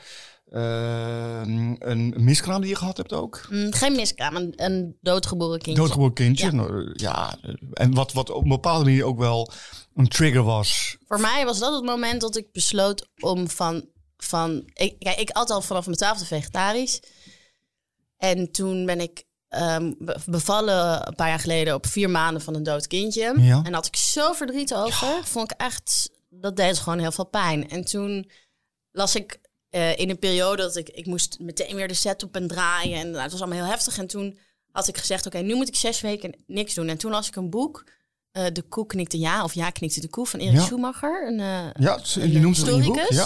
ehm, een miskraam die je gehad hebt ook. Mm, geen miskraam, een, een doodgeboren kindje. Doodgeboren kindje. Nou, Ja. En wat, wat op een bepaalde manier ook wel een trigger was. Voor mij was dat het moment dat ik besloot om van... van ik, kijk, ik at al vanaf mijn twaalfde vegetarisch. En toen ben ik ehm, be- bevallen een paar jaar geleden op vier maanden van een dood kindje. Ja. En daar had ik zo verdriet over. Vond ik echt... Dat deed gewoon heel veel pijn. En toen las ik eh, in een periode dat ik... Ik moest meteen weer de set op en draaien. En nou, het was allemaal heel heftig. En toen had ik gezegd, oké, nu moet ik zes weken niks doen. En toen las ik een boek... eh, de koe knikte ja, of ja knikte de koe van Erik Ja. Schumacher. Een, eh, Ja, je noemt het in je boek. historicus.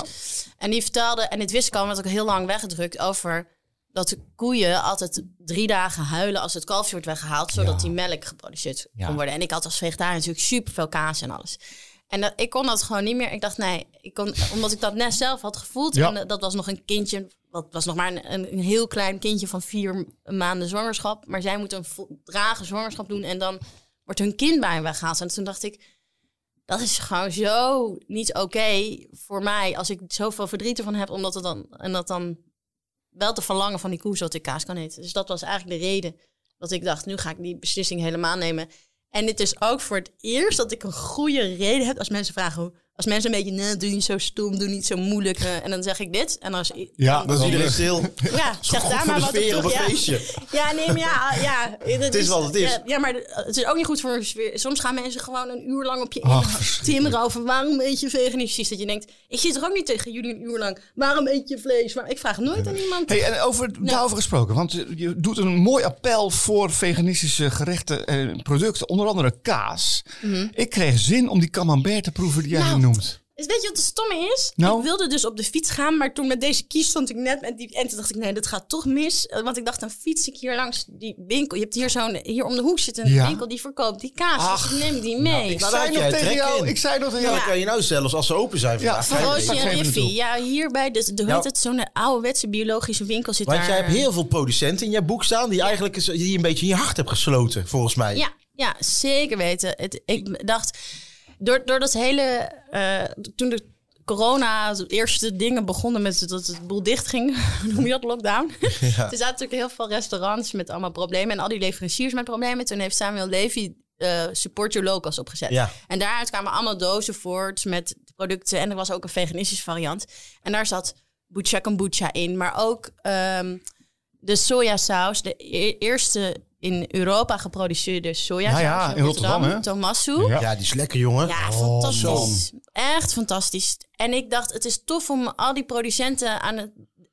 Ja. En die vertelde, en dit wist ik al, want ik had heel lang weggedrukt over dat de koeien altijd drie dagen huilen als het kalfje wordt weggehaald, zodat die melk geproduceerd Ja. kon worden. En ik had als vegetariër natuurlijk super veel kaas en alles. En dat, ik kon dat gewoon niet meer. Ik dacht, nee, ik kon, omdat ik dat net zelf had gevoeld. Ja. En eh, dat was nog een kindje, dat was nog maar een, een, een heel klein kindje van vier maanden zwangerschap. Maar zij moeten een vo- trage zwangerschap doen en dan wordt hun kind bij hen weggehaald. En toen dacht ik, dat is gewoon zo niet oké voor mij als ik zoveel verdriet ervan heb, omdat het dan en dat dan wel te verlangen van die koe zodat ik kaas kan eten. Dus dat was eigenlijk de reden dat ik dacht, nu ga ik die beslissing helemaal nemen. En dit is ook voor het eerst dat ik een goede reden heb als mensen vragen hoe. als mensen een beetje, nee, doe niet zo stom, doe niet zo moeilijk. eh, en dan zeg ik dit. En als i- Ja, Dan is iedereen stil. ja, *laughs* zeg goed daar voor maar de wat op sfeer op een terug- ja. feestje. Ja, nee, maar ja, ja. Het is wat het is. Ja, ja, maar het is ook niet goed voor een sfeer. Soms gaan mensen gewoon een uur lang op je Ach, in- verschrikkelijk. timmeren over waarom eet je veganistisch. Dat je denkt, ik zit er ook niet tegen jullie een uur lang. Waarom eet je vlees? Maar ik vraag nooit aan iemand. Hey, en over, daarover gesproken, want eh, je doet een mooi appel voor veganistische gerechten en producten, onder andere kaas. Mhm. Ik kreeg zin om die camembert te proeven die jij Nou. nu noemt. Dus weet je wat het stomme is? Nou? Ik wilde dus op de fiets gaan, maar toen met deze kies stond ik net met die... En toen dacht ik, nee, dit gaat toch mis. Eh, Want ik dacht, dan fiets ik hier langs die winkel. Je hebt hier zo'n... Hier om de hoek zit een Ja. winkel die verkoopt die kaas. Ach, dus ik neem die mee. ik- Nou, daar had jij trek in. ik zei nog tegen Ja, jou. dan kan je nou zelfs als ze open zijn vandaag. Ja, ga je Roosje. mee. Roosje en straks even Riffy. naartoe. Ja, hier bij de, de hoe Ja. heet het, zo'n ouderwetse biologische winkel zit Nou. Want daar. jij hebt heel veel producenten in je boek staan die eigenlijk is- die je een beetje in je hart hebt gesloten, volgens mij. Ja, ja zeker weten. Het, ik dacht, door, door dat hele... eh, toen de corona, de eerste dingen begonnen met dat het boel dicht ging. *laughs* noem je dat *laughs* lockdown? er zaten natuurlijk heel veel restaurants met allemaal problemen. En al die leveranciers met problemen. Toen heeft Samuel Levy eh, Support Your Locals opgezet. Ja. En daaruit kwamen allemaal dozen voort met producten. En er was ook een veganistische variant. En daar zat bucha kombucha in. Maar ook ehm, de sojasaus. De e- eerste in Europa geproduceerde sojasaus. Ja, ja, in Rotterdam, hè? Tomasso. Ja. Ja, die is lekker, jongen. Ja, Oh, fantastisch. Echt fantastisch. En ik dacht, het is tof om al die producenten aan het.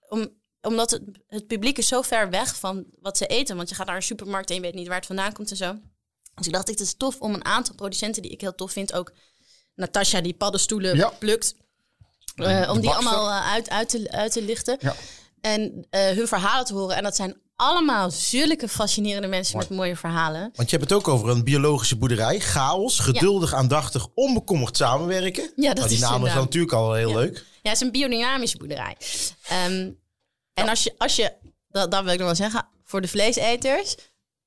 Om, omdat het, het publiek is zo ver weg van wat ze eten. Want je gaat naar een supermarkt en je weet niet waar het vandaan komt en zo. Dus ik dacht, het is tof om een aantal producenten die ik heel tof vind. Ook Natasha die paddenstoelen Ja. plukt. eh, om die bakster. allemaal eh, uit, uit, te, uit te lichten. Ja. En eh, hun verhalen te horen. En dat zijn allemaal zulke fascinerende mensen met mooie verhalen. Want je hebt het ook over een biologische boerderij. Chaos, geduldig, aandachtig, onbekommerd samenwerken. Ja, dat Nou, die is namen zijn inderdaad. natuurlijk al heel Ja. leuk. Ja, het is een biodynamische boerderij. Ehm, En als je, als je dat, dat wil ik nog wel zeggen, voor de vleeseters,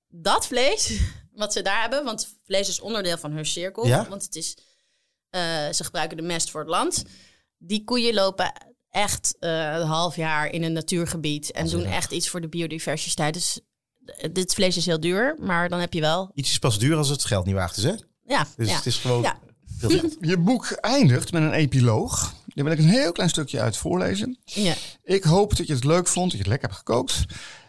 dat vlees *laughs* wat ze daar hebben, want vlees is onderdeel van hun cirkel, Ja. want het is, eh, ze gebruiken de mest voor het land. Die koeien lopen echt eh, een half jaar in een natuurgebied en doen echt iets voor de biodiversiteit. Dus eh, dit vlees is heel duur, maar dan heb je wel, Iets is pas duur als het geld niet waard is, hè? ja, Dus ja. het is gewoon... Ja. heel vet. Je boek eindigt met een epiloog. Daar wil ik een heel klein stukje uit voorlezen. ja. Ik hoop dat je het leuk vond, dat je het lekker hebt gekookt.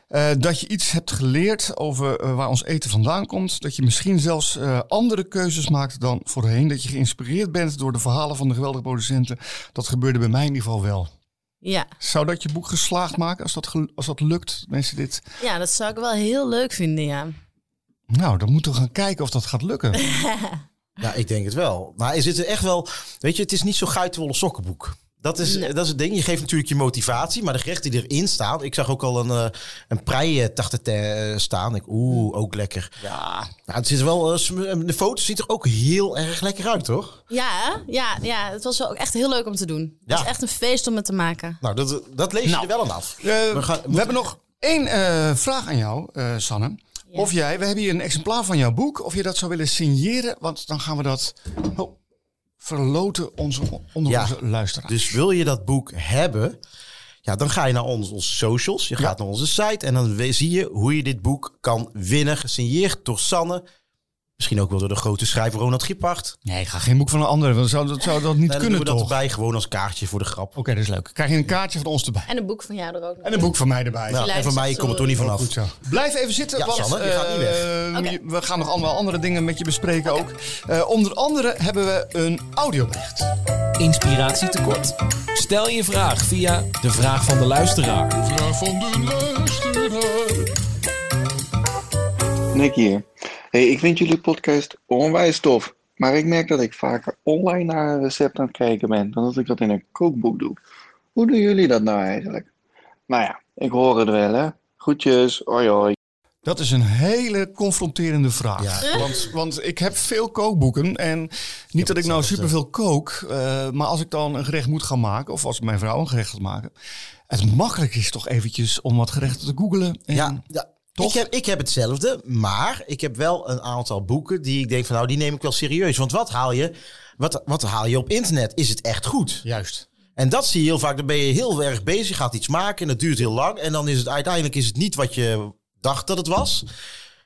Eh, dat je iets hebt geleerd over eh, waar ons eten vandaan komt. Dat je misschien zelfs eh, andere keuzes maakt dan voorheen. Dat je geïnspireerd bent door de verhalen van de geweldige producenten. Dat gebeurde bij mij in ieder geval wel. ja. Zou dat je boek geslaagd maken als dat, gel- als dat lukt? Mensen dit. Ja, dat zou ik wel heel leuk vinden, ja. Nou, dan moeten we gaan kijken of dat gaat lukken. *laughs* Ja, ik denk het wel. Maar is het echt wel... Weet je, het is niet zo'n geitenwolle sokkenboek. Dat is, dat is het ding. Je geeft natuurlijk je motivatie, maar de gerechten die erin staan... Ik zag ook al een, eh, een prei tachten staan. Ik, oeh, Mm. ook lekker. Ja, Nou, het is wel, eh, sm- de foto's zien er ook heel erg lekker uit, toch? Ja, hè? ja, ja, het was wel ook echt heel leuk om te doen. Het Ja. was echt een feest om het te maken. Nou, dat, dat lees je Nou. er wel aan af. Eh, We we, gaan- hebben nog één eh, vraag aan jou, eh, Sanne. Of jij, we hebben hier een exemplaar van jouw boek, of je dat zou willen signeren, want dan gaan we dat oh, verloten onze, onder Ja. onze luisteraars. Dus wil je dat boek hebben, ja, dan ga je naar ons, onze socials. Je gaat naar onze site en dan we- zie je hoe je dit boek kan winnen. Gesigneerd door Sanne. Misschien ook wel door de grote schrijver Ronald Gippard. Nee, ga geen boek van een ander, want zou dat, zou dat niet Dan doen kunnen we dat toch? Oké, erbij gewoon als kaartje voor de grap. dat is leuk. Krijg je een kaartje van ons erbij. En een boek van jou er ook nog. En een boek van mij erbij. Nou, en lijst van mij is komt het zo- toch niet vanaf. Oh, Goed zo. Blijf even zitten, Ja, want Sanne, je gaat niet weg. eh, Oké. je- we gaan nog allemaal andere dingen met je bespreken ook. Eh, onder andere hebben we een audiobericht. Inspiratie tekort? Stel je vraag via de vraag van de luisteraar. Nick hier. Hey, ik vind jullie podcast onwijs tof, maar ik merk dat ik vaker online naar een recept aan het kijken ben dan dat ik dat in een kookboek doe. Hoe doen jullie dat nou eigenlijk? Nou ja, ik hoor het wel, hè. Groetjes, hoi hoi. Dat is een hele confronterende vraag. Ja. Want, want ik heb veel kookboeken. En niet dat ik nou superveel kook. eh, maar als ik dan een gerecht moet gaan maken. Of als mijn vrouw een gerecht gaat maken. Het makkelijk is toch eventjes om wat gerechten te googlen. En nou Ja, ja. Toch? Ik heb, ik heb hetzelfde, maar ik heb wel een aantal boeken die ik denk van nou, die neem ik wel serieus. Want wat haal je, wat, wat haal je op internet? Is het echt goed? Juist. En dat zie je heel vaak. Dan ben je heel erg bezig, je gaat iets maken en het duurt heel lang. En dan is het uiteindelijk is het niet wat je dacht dat het was.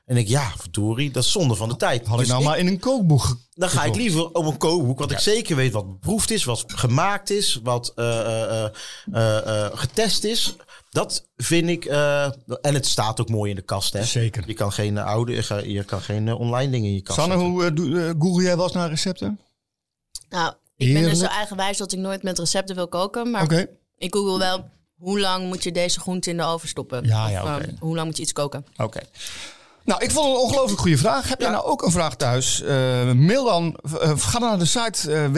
En ik, ja, verdorie, dat is zonde van de tijd. Had Dus ik nou maar in een kookboek ge- dan ga ik gekocht. liever op een kookboek, wat ik zeker weet wat beproefd is, wat gemaakt is, wat eh, eh, eh, eh, eh, getest is. Dat vind ik, eh, en het staat ook mooi in de kast. Hè? Zeker. Je kan geen eh, oude, je ga- je kan geen eh, online dingen in je kast Sanne, zetten. hoe eh, doe- eh, google jij wel eens naar recepten? Nou, ik ben dus zo Heerlijk. eigenwijs dat ik nooit met recepten wil koken. Maar Oké. ik google wel hoe lang moet je deze groente in de oven stoppen. Ja, ja, Of, eh, oké. hoe lang moet je iets koken. Oké. Nou, ik vond het een ongelooflijk goede vraag. Heb jij nou ook een vraag thuis? Eh, mail dan. eh, ga dan naar de site eh,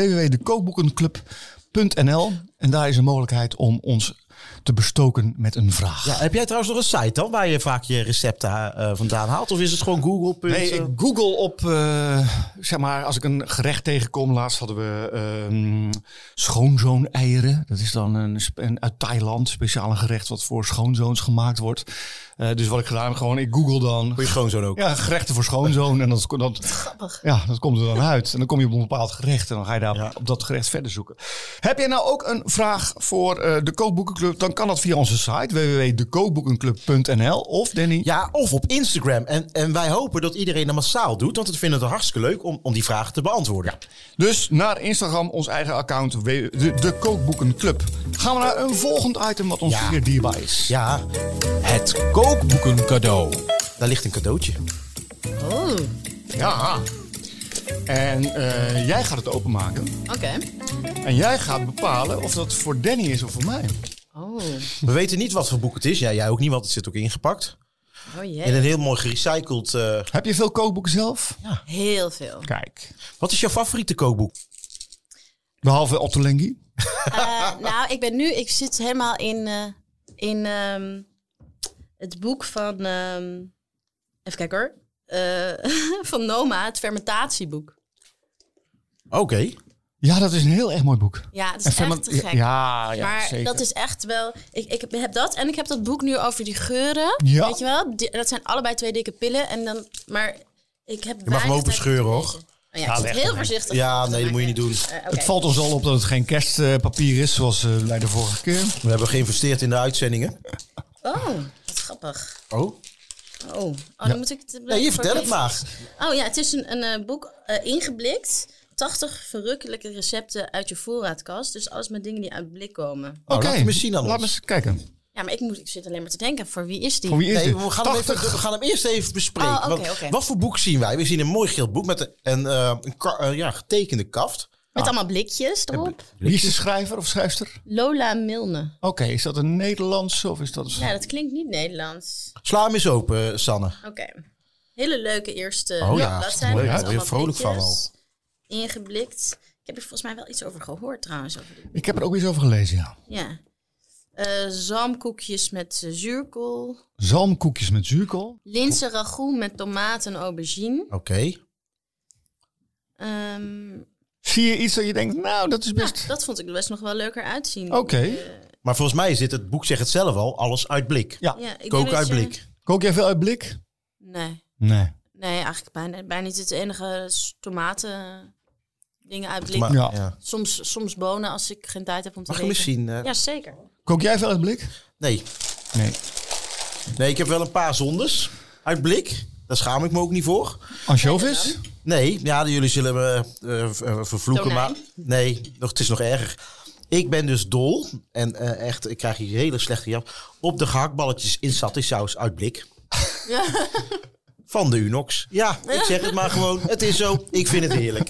www.dekookboekenclub.nl en daar is een mogelijkheid om ons te bestoken met een vraag. Ja, heb jij trouwens nog een site dan, waar je vaak je recepten eh, vandaan haalt? Of is het gewoon Google? Nee, ik google op, eh, zeg maar, als ik een gerecht tegenkom. Laatst hadden we ehm schoonzoon-eieren. Dat is dan een, sp- een- uit Thailand speciaal een gerecht wat voor schoonzoons gemaakt wordt. Eh, dus wat ik gedaan heb, gewoon ik google dan. Voor je schoonzoon ook. Ja, gerechten voor schoonzoon. En dat, dat, Grappig. ja, dat komt er dan uit. En dan kom je op een bepaald gerecht. En dan ga je daar Ja. op dat gerecht verder zoeken. Heb jij nou ook een vraag voor eh, de Kookboekenclub? Dan kan dat via onze site www.dekookboekenclub.nl. Of Danny. Ja, of op Instagram. En, en wij hopen dat iedereen dat massaal doet, want we vinden het hartstikke leuk om, om die vragen te beantwoorden. Dus naar Instagram, ons eigen account, w- de, de Kookboekenclub. Gaan we naar een volgend item wat ons Ja. zeer dierbaar is. Ja, Het kookboeken cadeau. daar ligt een cadeautje. Oh, oké. Ja. En eh, jij gaat het openmaken. En jij gaat bepalen of dat voor Danny is of voor mij. Oh, We weten niet wat voor boek het is. Ja, jij ook niet, want het zit ook ingepakt. oh In jee. een heel mooi gerecycled... eh, Heb je veel kookboeken zelf? Heel veel. Kijk. Wat is jouw favoriete kookboek? Behalve Otto Lengi. Ah, Eh, nou, ik ben nu, ik zit helemaal in, eh, in ehm, het boek van, ehm, even kijken hoor, Eh, *laughs* van Noma, het fermentatieboek. Oké. Ja, dat is een heel erg mooi boek. Ja, dat is echt te gek. Ja, ja maar zeker. dat is echt wel. Ik, ik heb dat en ik heb dat boek nu over die geuren. Ja. Weet je wel? Die- dat zijn allebei twee dikke pillen. En dan, maar ik heb. mag hem weinig open tijd scheuren, hoor. gelezen. Oh ja, ik zit heel voorzichtig. Ja, nee, dat moet je niet doen. Eh, oké. Het valt ons al op dat het geen kerstpapier is zoals eh, bij de vorige keer. We hebben geïnvesteerd in de uitzendingen. Oh, wat grappig. Oh? Oh, oh dan moet ik het. Nee, je vertel het maar. Oh ja, het is een, een eh, boek eh, ingeblikt. 80 verrukkelijke recepten uit je voorraadkast. Dus alles met dingen die uit blik komen. Nou, Oké, laat hem eens zien aan laat ons. me eens kijken. Ja, maar ik, moet, ik zit alleen maar te denken: voor wie is die? Voor wie is Nee, dit? we gaan, hem even, we gaan hem eerst even bespreken. Oh, oké, Want oké. Wat voor boek zien wij? We zien een mooi geel boek met een, een, eh, een ka- eh, ja, getekende kaft. Met allemaal blikjes erop. Wie is de schrijver of schrijfster? Lola Milne. Oké, is dat een Nederlandse of is dat... Ja, dat klinkt niet Nederlands. Sla hem eens open, eh, Sanne. Oké. Hele leuke eerste Oh ja, bladzijde. mooi, met hè? allemaal Weer vrolijk van blikjes. Ingeblikt. Ik heb er volgens mij wel iets over gehoord trouwens. Over die- Ik heb er ook iets over gelezen, ja. Ja. Eh zalmkoekjes met eh, zuurkool. Zalmkoekjes met zuurkool. Linse ragout met tomaat en aubergine. Oké. Ehm, Zie je iets dat je denkt, nou, dat is nou, best... dat vond ik best nog wel leuker uitzien. Oké. Maar volgens mij zit het boek, zegt het zelf al, alles uit blik. Ja. Ja, ik denk Kook dat uit je- blik. Kook jij veel uit blik? Nee. Nee. Nee, eigenlijk bijna, bijna niet. Het enige is tomaten dingen uit blik. Maar, Ja. ja. Soms, soms bonen als ik geen tijd heb om te Mag ik hem eens rekenen. zien? eh? Ja, zeker. Kook jij veel uit blik? Nee. Nee. Nee, ik heb wel een paar zondes uit blik. Daar schaam ik me ook niet voor. Anchovies? Nee, ja, jullie zullen me eh, v- eh, vervloeken, Tonijn? maar nee, nog, het is nog erger. Ik ben dus dol en eh, echt, ik krijg hier hele slechte jap op de gehaktballetjes in satésaus uit blik. *laughs* Van de Unox. Ja, ik zeg het maar gewoon. Het is zo. Ik vind het heerlijk.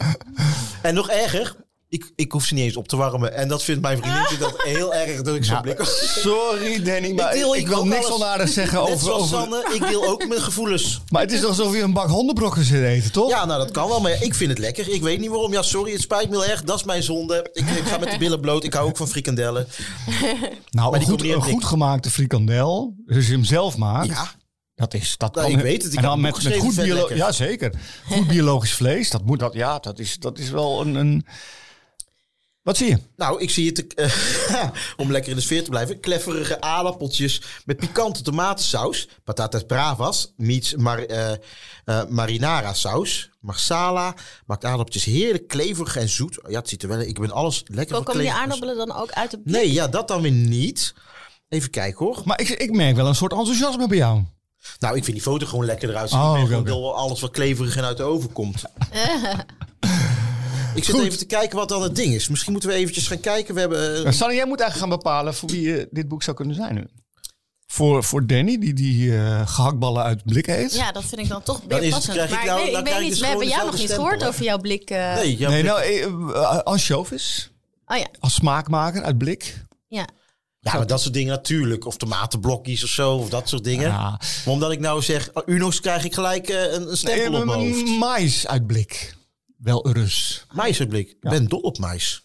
En nog erger, ik, ik hoef ze niet eens op te warmen. En dat vindt mijn vriendinnetje dat heel erg dat ik zo'n blik Sorry Danny, maar ik, deel ik ik wil ook niks alles. onaardigs zeggen Net over, zoals over... Sanne, ik deel ook mijn gevoelens. Maar het is alsof je een bak hondenbrokken zit eten, toch? Ja, nou dat kan wel, maar ik vind het lekker. Ik weet niet waarom. Ja, sorry, het spijt me heel erg. Dat is mijn zonde. Ik, ik ga met de billen bloot. Ik hou ook van frikandellen. nou, maar een die goed, komt een niet uit blik. goed gemaakte frikandel, dus je hem zelf maakt, Ja, dat is... Dat Nou, kan, ik weet het, ik en heb dan een met, boek met geschreven, goed, vet biolo- lekker. ja, zeker. *laughs* goed biologisch vlees, dat, moet, dat, ja, dat, is, dat is wel een, een... Wat zie je? nou, ik zie het. eh, *laughs* om lekker in de sfeer te blijven. Klefferige aardappeltjes met pikante tomatensaus. Patatas bravas. Meets mar, eh, eh, marinara saus. Marsala. Maakt aardappeltjes heerlijk kleverig en zoet. Ja, het ziet er wel. Ik ben alles lekker Ko- Komen die verkleed. aardappelen dan ook uit de blik? Nee, ja, dat dan weer niet. Even kijken hoor. Maar ik, ik merk wel een soort enthousiasme bij jou. Nou, ik vind die foto gewoon lekker eruit zien. Oh, Ik ben oké, gewoon oké. heel- alles wat kleverig en uit de *laughs* oven komt. ik zit even te kijken wat dan het ding is. Misschien moeten we eventjes gaan kijken. We hebben... eh, Nou, Sanne, jij moet eigenlijk gaan bepalen voor wie eh, dit boek zou kunnen zijn nu. Voor, voor Danny, die die eh gehaktballen uit blik eet. Ja, dat vind ik dan toch Dan weer is het- passend. krijg ik maar nou- ik weet, dan ik weet krijg ik niet, dus we hebben gewoon jou nog niet dezelfde gehoord stempel, over jouw blik. eh, nee, ja, nee, nou, eh, eh, ansjovis Oh ja, als smaakmaker uit blik. ja. ja, maar dat soort dingen natuurlijk. Of tomatenblokjes of zo, of dat soort dingen. Ja. Maar omdat ik nou zeg, oh, Unox krijg ik gelijk eh, een, een stempel op mijn Eh, hoofd. mais uit blik. Wel rus. Maisuitblik. Ik ben dol op mais.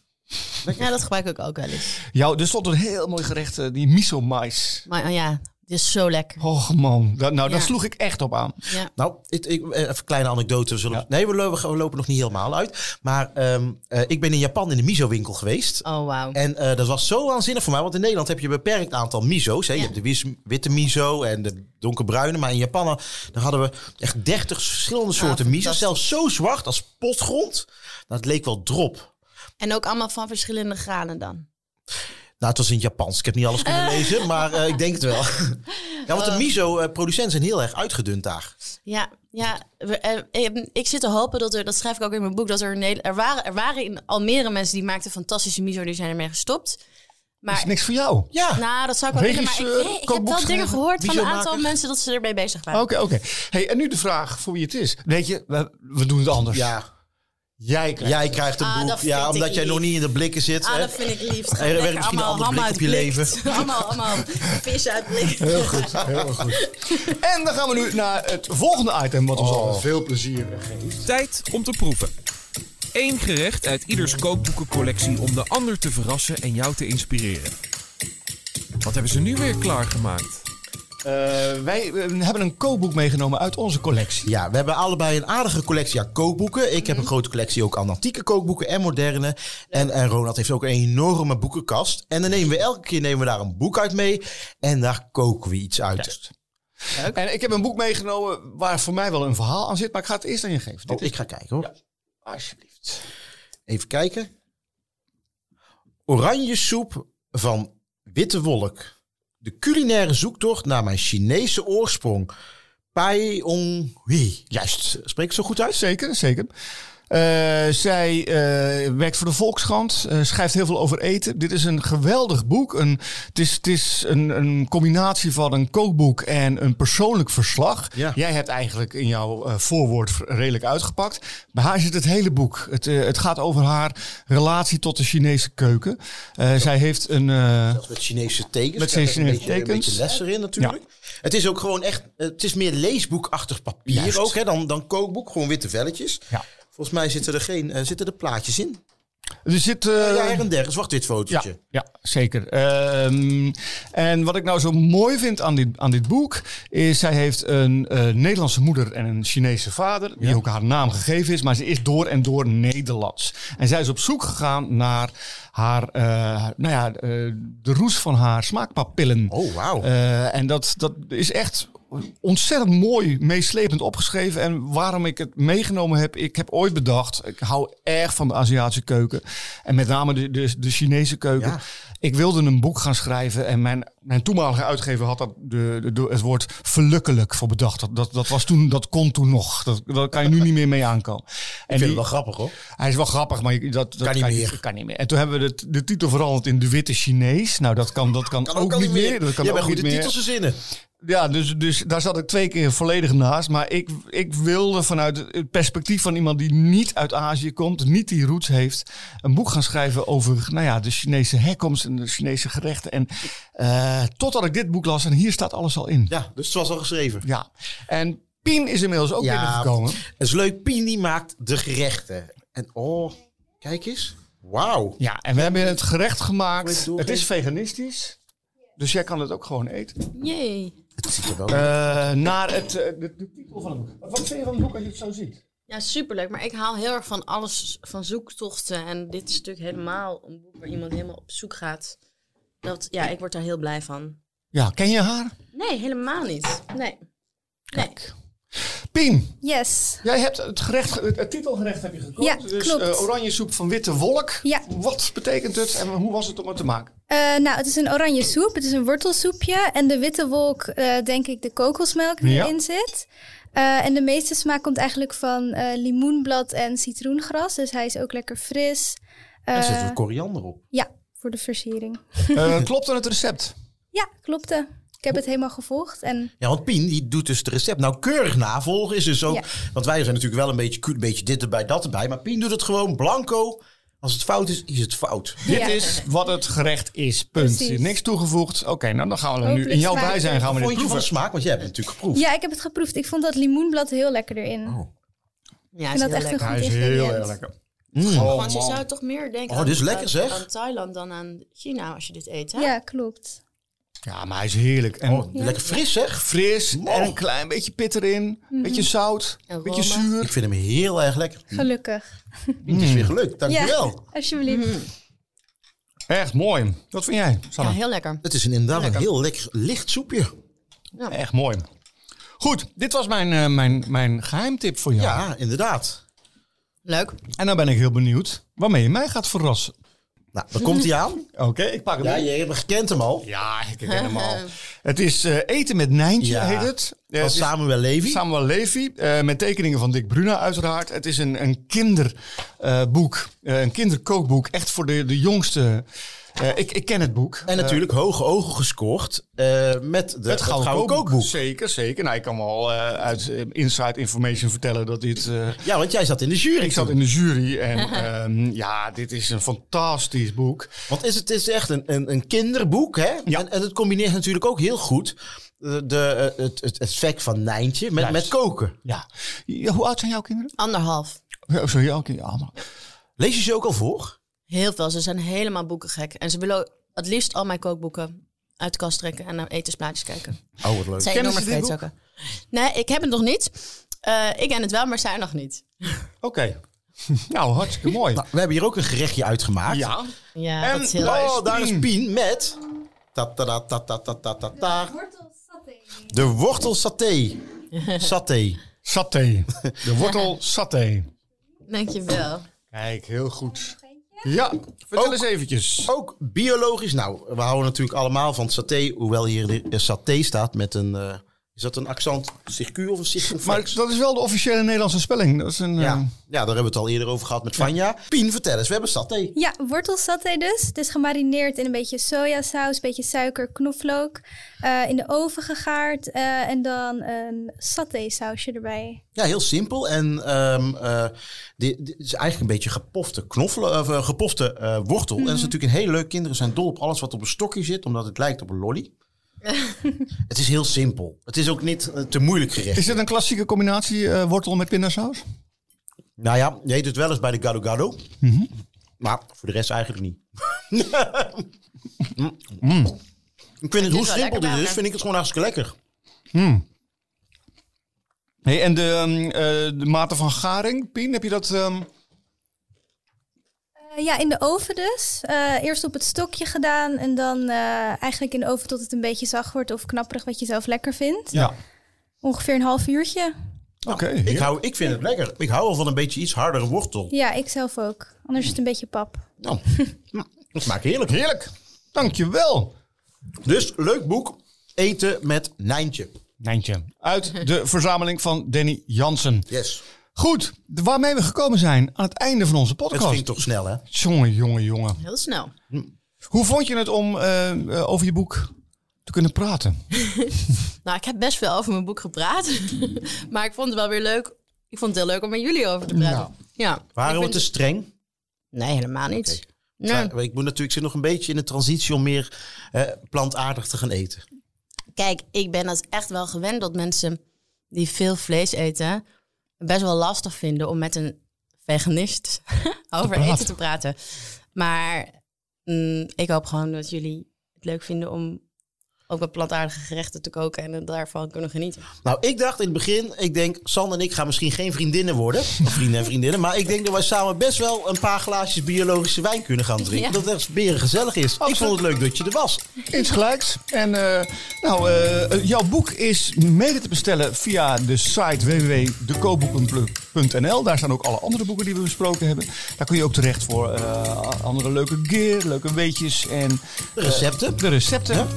ja, dat gebruik ik ook wel eens. Ja, er stond een heel mooi gerecht, eh, die miso mais. Maar oh ja, dit is zo lekker. Och man, dat, nou, daar Ja. sloeg ik echt op aan. Ja. Nou, ik, ik, eh, even een kleine anekdote. We zullen, Ja. Nee, we lopen, we lopen nog niet helemaal uit. Maar ehm, eh, ik ben in Japan in de miso-winkel geweest. Oh, wauw. En eh, dat was zo waanzinnig voor mij, want in Nederland heb je een beperkt aantal miso's. Hè? Je Ja. hebt de wis- witte miso en de donkerbruine. Maar in Japan eh, daar hadden we echt 30 verschillende soorten miso's. fantastisch. Zelfs zo zwart als potgrond. Dat leek wel drop. En ook allemaal van verschillende granen dan. Nou, het was in het Japans. Ik heb niet alles kunnen lezen, maar eh, ik denk het *laughs* wel. ja, Oh. want de miso-producenten zijn heel erg uitgedund daar. Ja, ja we- eh, eh, ik zit te hopen dat er, dat schrijf ik ook in mijn boek, dat er, in Nederland- er, waren, er waren in Almere mensen die maakten fantastische miso, die zijn ermee gestopt. Dat is Maar niks voor jou. Oké, Ja, nou, dat zou ik wel willen, maar ik, Regisseur, ik heb kookboek wel dingen schrijver, gehoord van een miso-maker. aantal mensen dat ze ermee bezig waren. oké. Hey, en nu de vraag voor wie het is. Weet je, we, we doen het anders. ja. Jij krijgt Jij krijgt een Ah, boek. dat vind Ja, ik omdat jij lief. nog niet in de blikken zit. Ah, hè? dat vind ik lief. Er werkt Lekker misschien een allemaal andere ham blik op je uitblikt. *laughs* allemaal, allemaal vis uit blik. Heel goed. En dan gaan we nu naar het volgende item, wat ons al veel plezier geeft. Tijd om te proeven. Eén gerecht uit ieders kookboekencollectie om de ander te verrassen en jou te inspireren. Wat hebben ze nu weer klaargemaakt? wij eh, hebben een kookboek meegenomen uit onze collectie. Ja, we hebben allebei een aardige collectie aan kookboeken. Ik heb een grote collectie ook aan antieke kookboeken en moderne. En, en Ronald heeft ook een enorme boekenkast. En dan nemen we elke keer nemen we daar een boek uit mee. En daar koken we iets uit. Oh, En ik heb een boek meegenomen waar voor mij wel een verhaal aan zit, maar ik ga het eerst aan je geven. Oh, ik ga kijken hoor. Alsjeblieft. Even kijken. Oranjesoep van Witte Wolk. De culinaire zoektocht naar mijn Chinese oorsprong. Pai Ong Hui. Juist, spreek ik zo goed uit? Zeker, zeker. Eh, zij eh, werkt voor de Volkskrant, eh, schrijft heel veel over eten. Dit is een geweldig boek. Een, het is, het is een, een combinatie van een kookboek en een persoonlijk verslag. Ja. Jij hebt eigenlijk in jouw eh, voorwoord redelijk uitgepakt. Bij haar zit het hele boek. Het, eh, het gaat over haar relatie tot de Chinese keuken. Eh, zij heeft een... eh, Met Chinese tekens. Met Daar Chinese zit een beetje- tekens. Een beetje les erin natuurlijk. Het is ook gewoon echt... Het is meer leesboekachtig papier Juist. ook hè, dan, dan kookboek. Gewoon witte velletjes. Ja. Volgens mij zitten er, geen, eh, zitten er plaatjes in. er zit... eh, ja, her en der. Een zwart-wit Ja, fotootje. ja zeker. Ehm, en wat ik nou zo mooi vind aan dit, aan dit boek, is zij heeft een eh, Nederlandse moeder en een Chinese vader, die ook haar naam gegeven is, maar ze is door en door Nederlands. En zij is op zoek gegaan naar haar, eh, nou ja, eh, de roes van haar smaakpapillen. Oh, wauw. Eh, en dat, dat is echt ontzettend mooi meeslepend opgeschreven. En waarom ik het meegenomen heb, ik heb ooit bedacht, ik hou erg van de Aziatische keuken. En met name de, de, de Chinese keuken. Ja. Ik wilde een boek gaan schrijven en mijn, mijn toenmalige uitgever had dat de, de- de- het woord verlukkelijk voor bedacht. Dat, dat, dat, was toen, dat kon toen nog. Dat, daar kan je nu niet meer mee aankomen. En Ik vind die- het wel grappig hoor. hij is wel grappig, maar je- dat, dat Kan niet meer. kan niet meer. En toen hebben we de, de titel veranderd in De Witte Chinees. Nou, dat kan, dat kan, Kan ook, al niet meer. Dat kan Jij ook bent goed niet de meer. titels verzinnen. Ja, dus, dus daar zat ik twee keer volledig naast. Maar ik, ik wilde vanuit het perspectief van iemand die niet uit Azië komt, niet die roots heeft, een boek gaan schrijven over nou ja, de Chinese herkomst en de Chinese gerechten. En eh, totdat ik dit boek las, en hier staat alles al in. Ja. Ja, dus het was al geschreven. En Pien is inmiddels ook Ja. binnengekomen. Het is leuk. Pien die maakt de gerechten. En oh, kijk eens. Wauw. Ja, en we hebben het gerecht Wil ik gemaakt. doorgeven? Het is veganistisch. Dus jij kan het ook gewoon eten. Jee. Het ziet er wel Eh, naar het, eh, de, de titel van het boek. Wat vind je van het boek als je het zo ziet? Ja, superleuk. Maar ik haal heel erg van alles, van zoektochten. En dit is natuurlijk helemaal een boek waar iemand helemaal op zoek gaat. Dat, ja, ik word daar heel blij van. Ja, ken je haar? Nee, helemaal niet. Nee. Nee. Pien, Yes. jij hebt het, gerecht, het, het titelgerecht heb je gekookt. Ja, dus klopt. eh, oranje soep van witte wolk. Ja. Wat betekent het en hoe was het om het te *laughs* maken? Eh, nou, het is een oranje soep. Het is een wortelsoepje. En de witte wolk, eh, denk ik, de kokosmelk die Ja. erin zit. Eh, en de meeste smaak komt eigenlijk van eh, limoenblad en citroengras. Dus hij is ook lekker fris. En Eh, zetten we koriander op. ja, voor de versiering. Eh klopte het recept? Ja, klopte. Ik heb het helemaal gevolgd. En Ja, want Pien die doet dus het recept nauwkeurig navolgen. Is dus ook, Ja. Want wij zijn natuurlijk wel een beetje cute, een beetje dit erbij, dat erbij. Maar Pien doet het gewoon blanco. Als het fout is, is het fout. Dit Ja. is wat het gerecht is, punt. Precies. Niks toegevoegd. Oké, nou dan gaan we er nu Hopelijk in jouw smaakt bijzijn het. gaan we Vond dit je van de proeven. smaak? Want jij hebt het natuurlijk geproefd. ja, ik heb het geproefd. Ik vond dat limoenblad heel lekker erin. Ja, ik is vind dat heel echt lekker. een Hij goed is heel ingrediënt. erg lekker. Mm. Oh, Want je man. zou toch meer denken Oh, dit is aan- lekker, zeg. aan Thailand dan aan China als je dit eet, hè? Ja, klopt. Ja, maar hij is heerlijk. En Oh, Lekker fris, zeg. fris Oh. en een klein beetje pit erin. Mhm. Beetje zout, Aroma. beetje zuur. Ik vind hem heel erg lekker. Gelukkig. Het Mm. is weer gelukt, dankjewel. Ja, alsjeblieft. Echt mooi. Wat vind jij, Ja, Sanne? heel lekker. Het is een, inderdaad een heel lekker licht soepje. Echt mooi. Goed, dit was mijn, eh, mijn, mijn geheimtip voor jou. Ja, inderdaad. Leuk. En dan ben ik heel benieuwd waarmee je mij gaat verrassen. Nou, dan komt hij aan. Oké, ik pak het Ja, op. je herkent hem al. Ja, ik ken hem al. *laughs* Het is eh, Eten met Nijntje, Ja. heet het. Eh, Van het is- Samuel Levy. Samuel Levy, eh, met tekeningen van Dick Bruna uiteraard. Het is een, een kinderboek, eh, een kinderkookboek, echt voor de, de jongste. Eh, ik, ik ken het boek. en natuurlijk hoge ogen gescoord eh, met de, het gouden, kookboek. Zeker, zeker. Nou, ik kan wel eh, uit eh, inside information vertellen dat dit... eh, Ja, want jij zat in de jury. ik zat toen. in de jury en *laughs* ehm, ja, dit is een fantastisch boek. Want is het is echt een, een, een kinderboek, hè? Ja. En, en het combineert natuurlijk ook heel goed eh, de, eh, het, het, het vak van Nijntje met, Juist. met koken. Ja. Ja, Hoe oud zijn jouw kinderen? Anderhalf. Oh, sorry, jouw kinderen. Ja, maar- Lees je ze ook al voor? Heel veel. Ze zijn helemaal boekengek. En ze willen ook het liefst al mijn kookboeken uit de kast trekken en naar etensplaatjes kijken. Oh, wat leuk. Zijn Kennen enorme ze dit vreedzakken. Nee, ik heb het nog niet. Eh, ik ken het wel, maar zij nog niet. Oké. nou, hartstikke mooi. Nou, we hebben hier ook een gerechtje uitgemaakt. Ja. Ja, En dat is heel daar leuk. Oh, daar is Pien. Pien met... Ta -ta -ta -ta -ta -ta -ta -ta -ta. Wortelsaté. De *laughs* wortelsaté. Saté. Saté. De wortel saté. Dankjewel. Kijk, heel goed. Ja, vertel eens eventjes. Ook biologisch. Nou, we houden natuurlijk allemaal van saté. Hoewel hier de eh, saté staat met een... eh, is dat een accent circuit of een circumflex? Maar dat is wel de officiële Nederlandse spelling. Dat is een, Ja. eh, ja, daar hebben we het al eerder over gehad met Vanja. Pien, vertel eens, we hebben saté. Ja, wortelsaté dus. Het is gemarineerd in een beetje sojasaus, een beetje suiker, knoflook. eh, in de oven gegaard eh, en dan een saté sausje erbij. Ja, heel simpel. En ehm, eh, dit, dit is eigenlijk een beetje gepofte, knoffel, of, eh, gepofte eh, wortel. En dat is natuurlijk een heel leuk. Kinderen zijn dol op alles wat op een stokje zit, omdat het lijkt op een *laughs* lolly. het is heel simpel. Het is ook niet eh, te moeilijk gerecht. *laughs* Is dit een klassieke combinatie eh, wortel met pindasaus? Nou ja, je eet het wel eens bij de gado gado. Maar voor de rest eigenlijk *laughs* niet. Mm. Ik vind het, hoe wel simpel lekker dit is, maken. vind ik het gewoon hartstikke lekker. Hey, en de, ehm, eh, de mate van garing, Pien, heb je dat... ehm, Eh, ja, in de oven dus. Eh, eerst op het stokje gedaan en dan eh, eigenlijk in de oven tot het een beetje zacht wordt of knapperig wat je zelf lekker vindt. Ja. Ongeveer een half uurtje. Oké. Ik, hou, ik vind het lekker. Ik hou wel van een beetje iets hardere wortel. Ja, ik zelf ook. Anders is het een beetje pap. Nou, dat smaakt heerlijk. Heerlijk. Dankjewel. Dus leuk boek. Eten met Nijntje. Nijntje. Uit de verzameling van Danny Jansen. Yes. Goed, de- waarmee we gekomen zijn aan het einde van onze Het podcast. ging toch snel, hè? Jongen, jongen, jongen. Heel snel. Hoe vond je het om eh, eh, over je boek te kunnen praten? Nou, ik heb best veel over mijn boek gepraat. *laughs* maar ik vond het wel weer leuk. Ik vond het heel leuk om met jullie over te praten. ja. Waren Ik we vind- te streng? Nee, helemaal niet. Nee. Maar Ik moet natuurlijk ik zit nog een beetje in de transitie om meer eh, plantaardig te gaan eten. Kijk, ik ben dat echt wel gewend dat mensen die veel vlees eten... best wel lastig vinden om met een veganist *laughs* over praten. eten te praten. Maar mm, ik hoop gewoon dat jullie het leuk vinden om ook wat plantaardige gerechten te koken en er daarvan kunnen genieten. Nou, ik dacht in het begin, ik denk, San en ik gaan misschien geen vriendinnen worden. Of vrienden en vriendinnen. Maar ik denk dat wij samen best wel een paar glaasjes biologische wijn kunnen gaan drinken. Ja. Dat het echt beren gezellig is. Ik vond het leuk dat je er was. Iets gelijks. En eh, nou, eh, jouw boek is mede te bestellen via de site www.dekoopboeken.nl. Daar staan ook alle andere boeken die we besproken hebben. Daar kun je ook terecht voor eh, andere leuke gear, leuke weetjes en eh, De recepten. de recepten. Ja.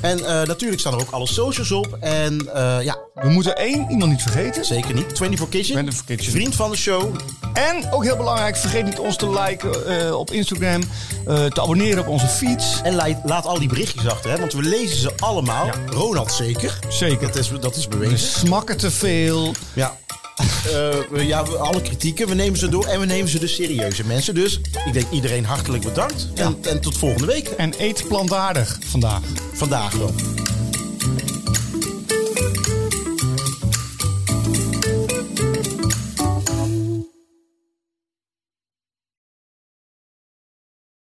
En eh, natuurlijk staan er ook alle socials op. En eh, ja, We moeten één iemand niet vergeten. zeker niet. 24 Kitchen. 24 Kitchen. Vriend van de show. En ook heel belangrijk, vergeet niet ons te liken eh, op Instagram, eh, te abonneren op onze feeds. En laat, laat al die berichtjes achter, hè, want we lezen ze allemaal. Ja. Ronald zeker. Zeker. Dat is, dat is We bewezen. smakken te veel. Ja. Eh, we- ja, we- alle kritieken, we nemen ze door en we nemen ze dus serieus. hè, mensen, dus ik denk iedereen hartelijk bedankt. En, en tot volgende week. En eet plantaardig vandaag. Vandaag nog.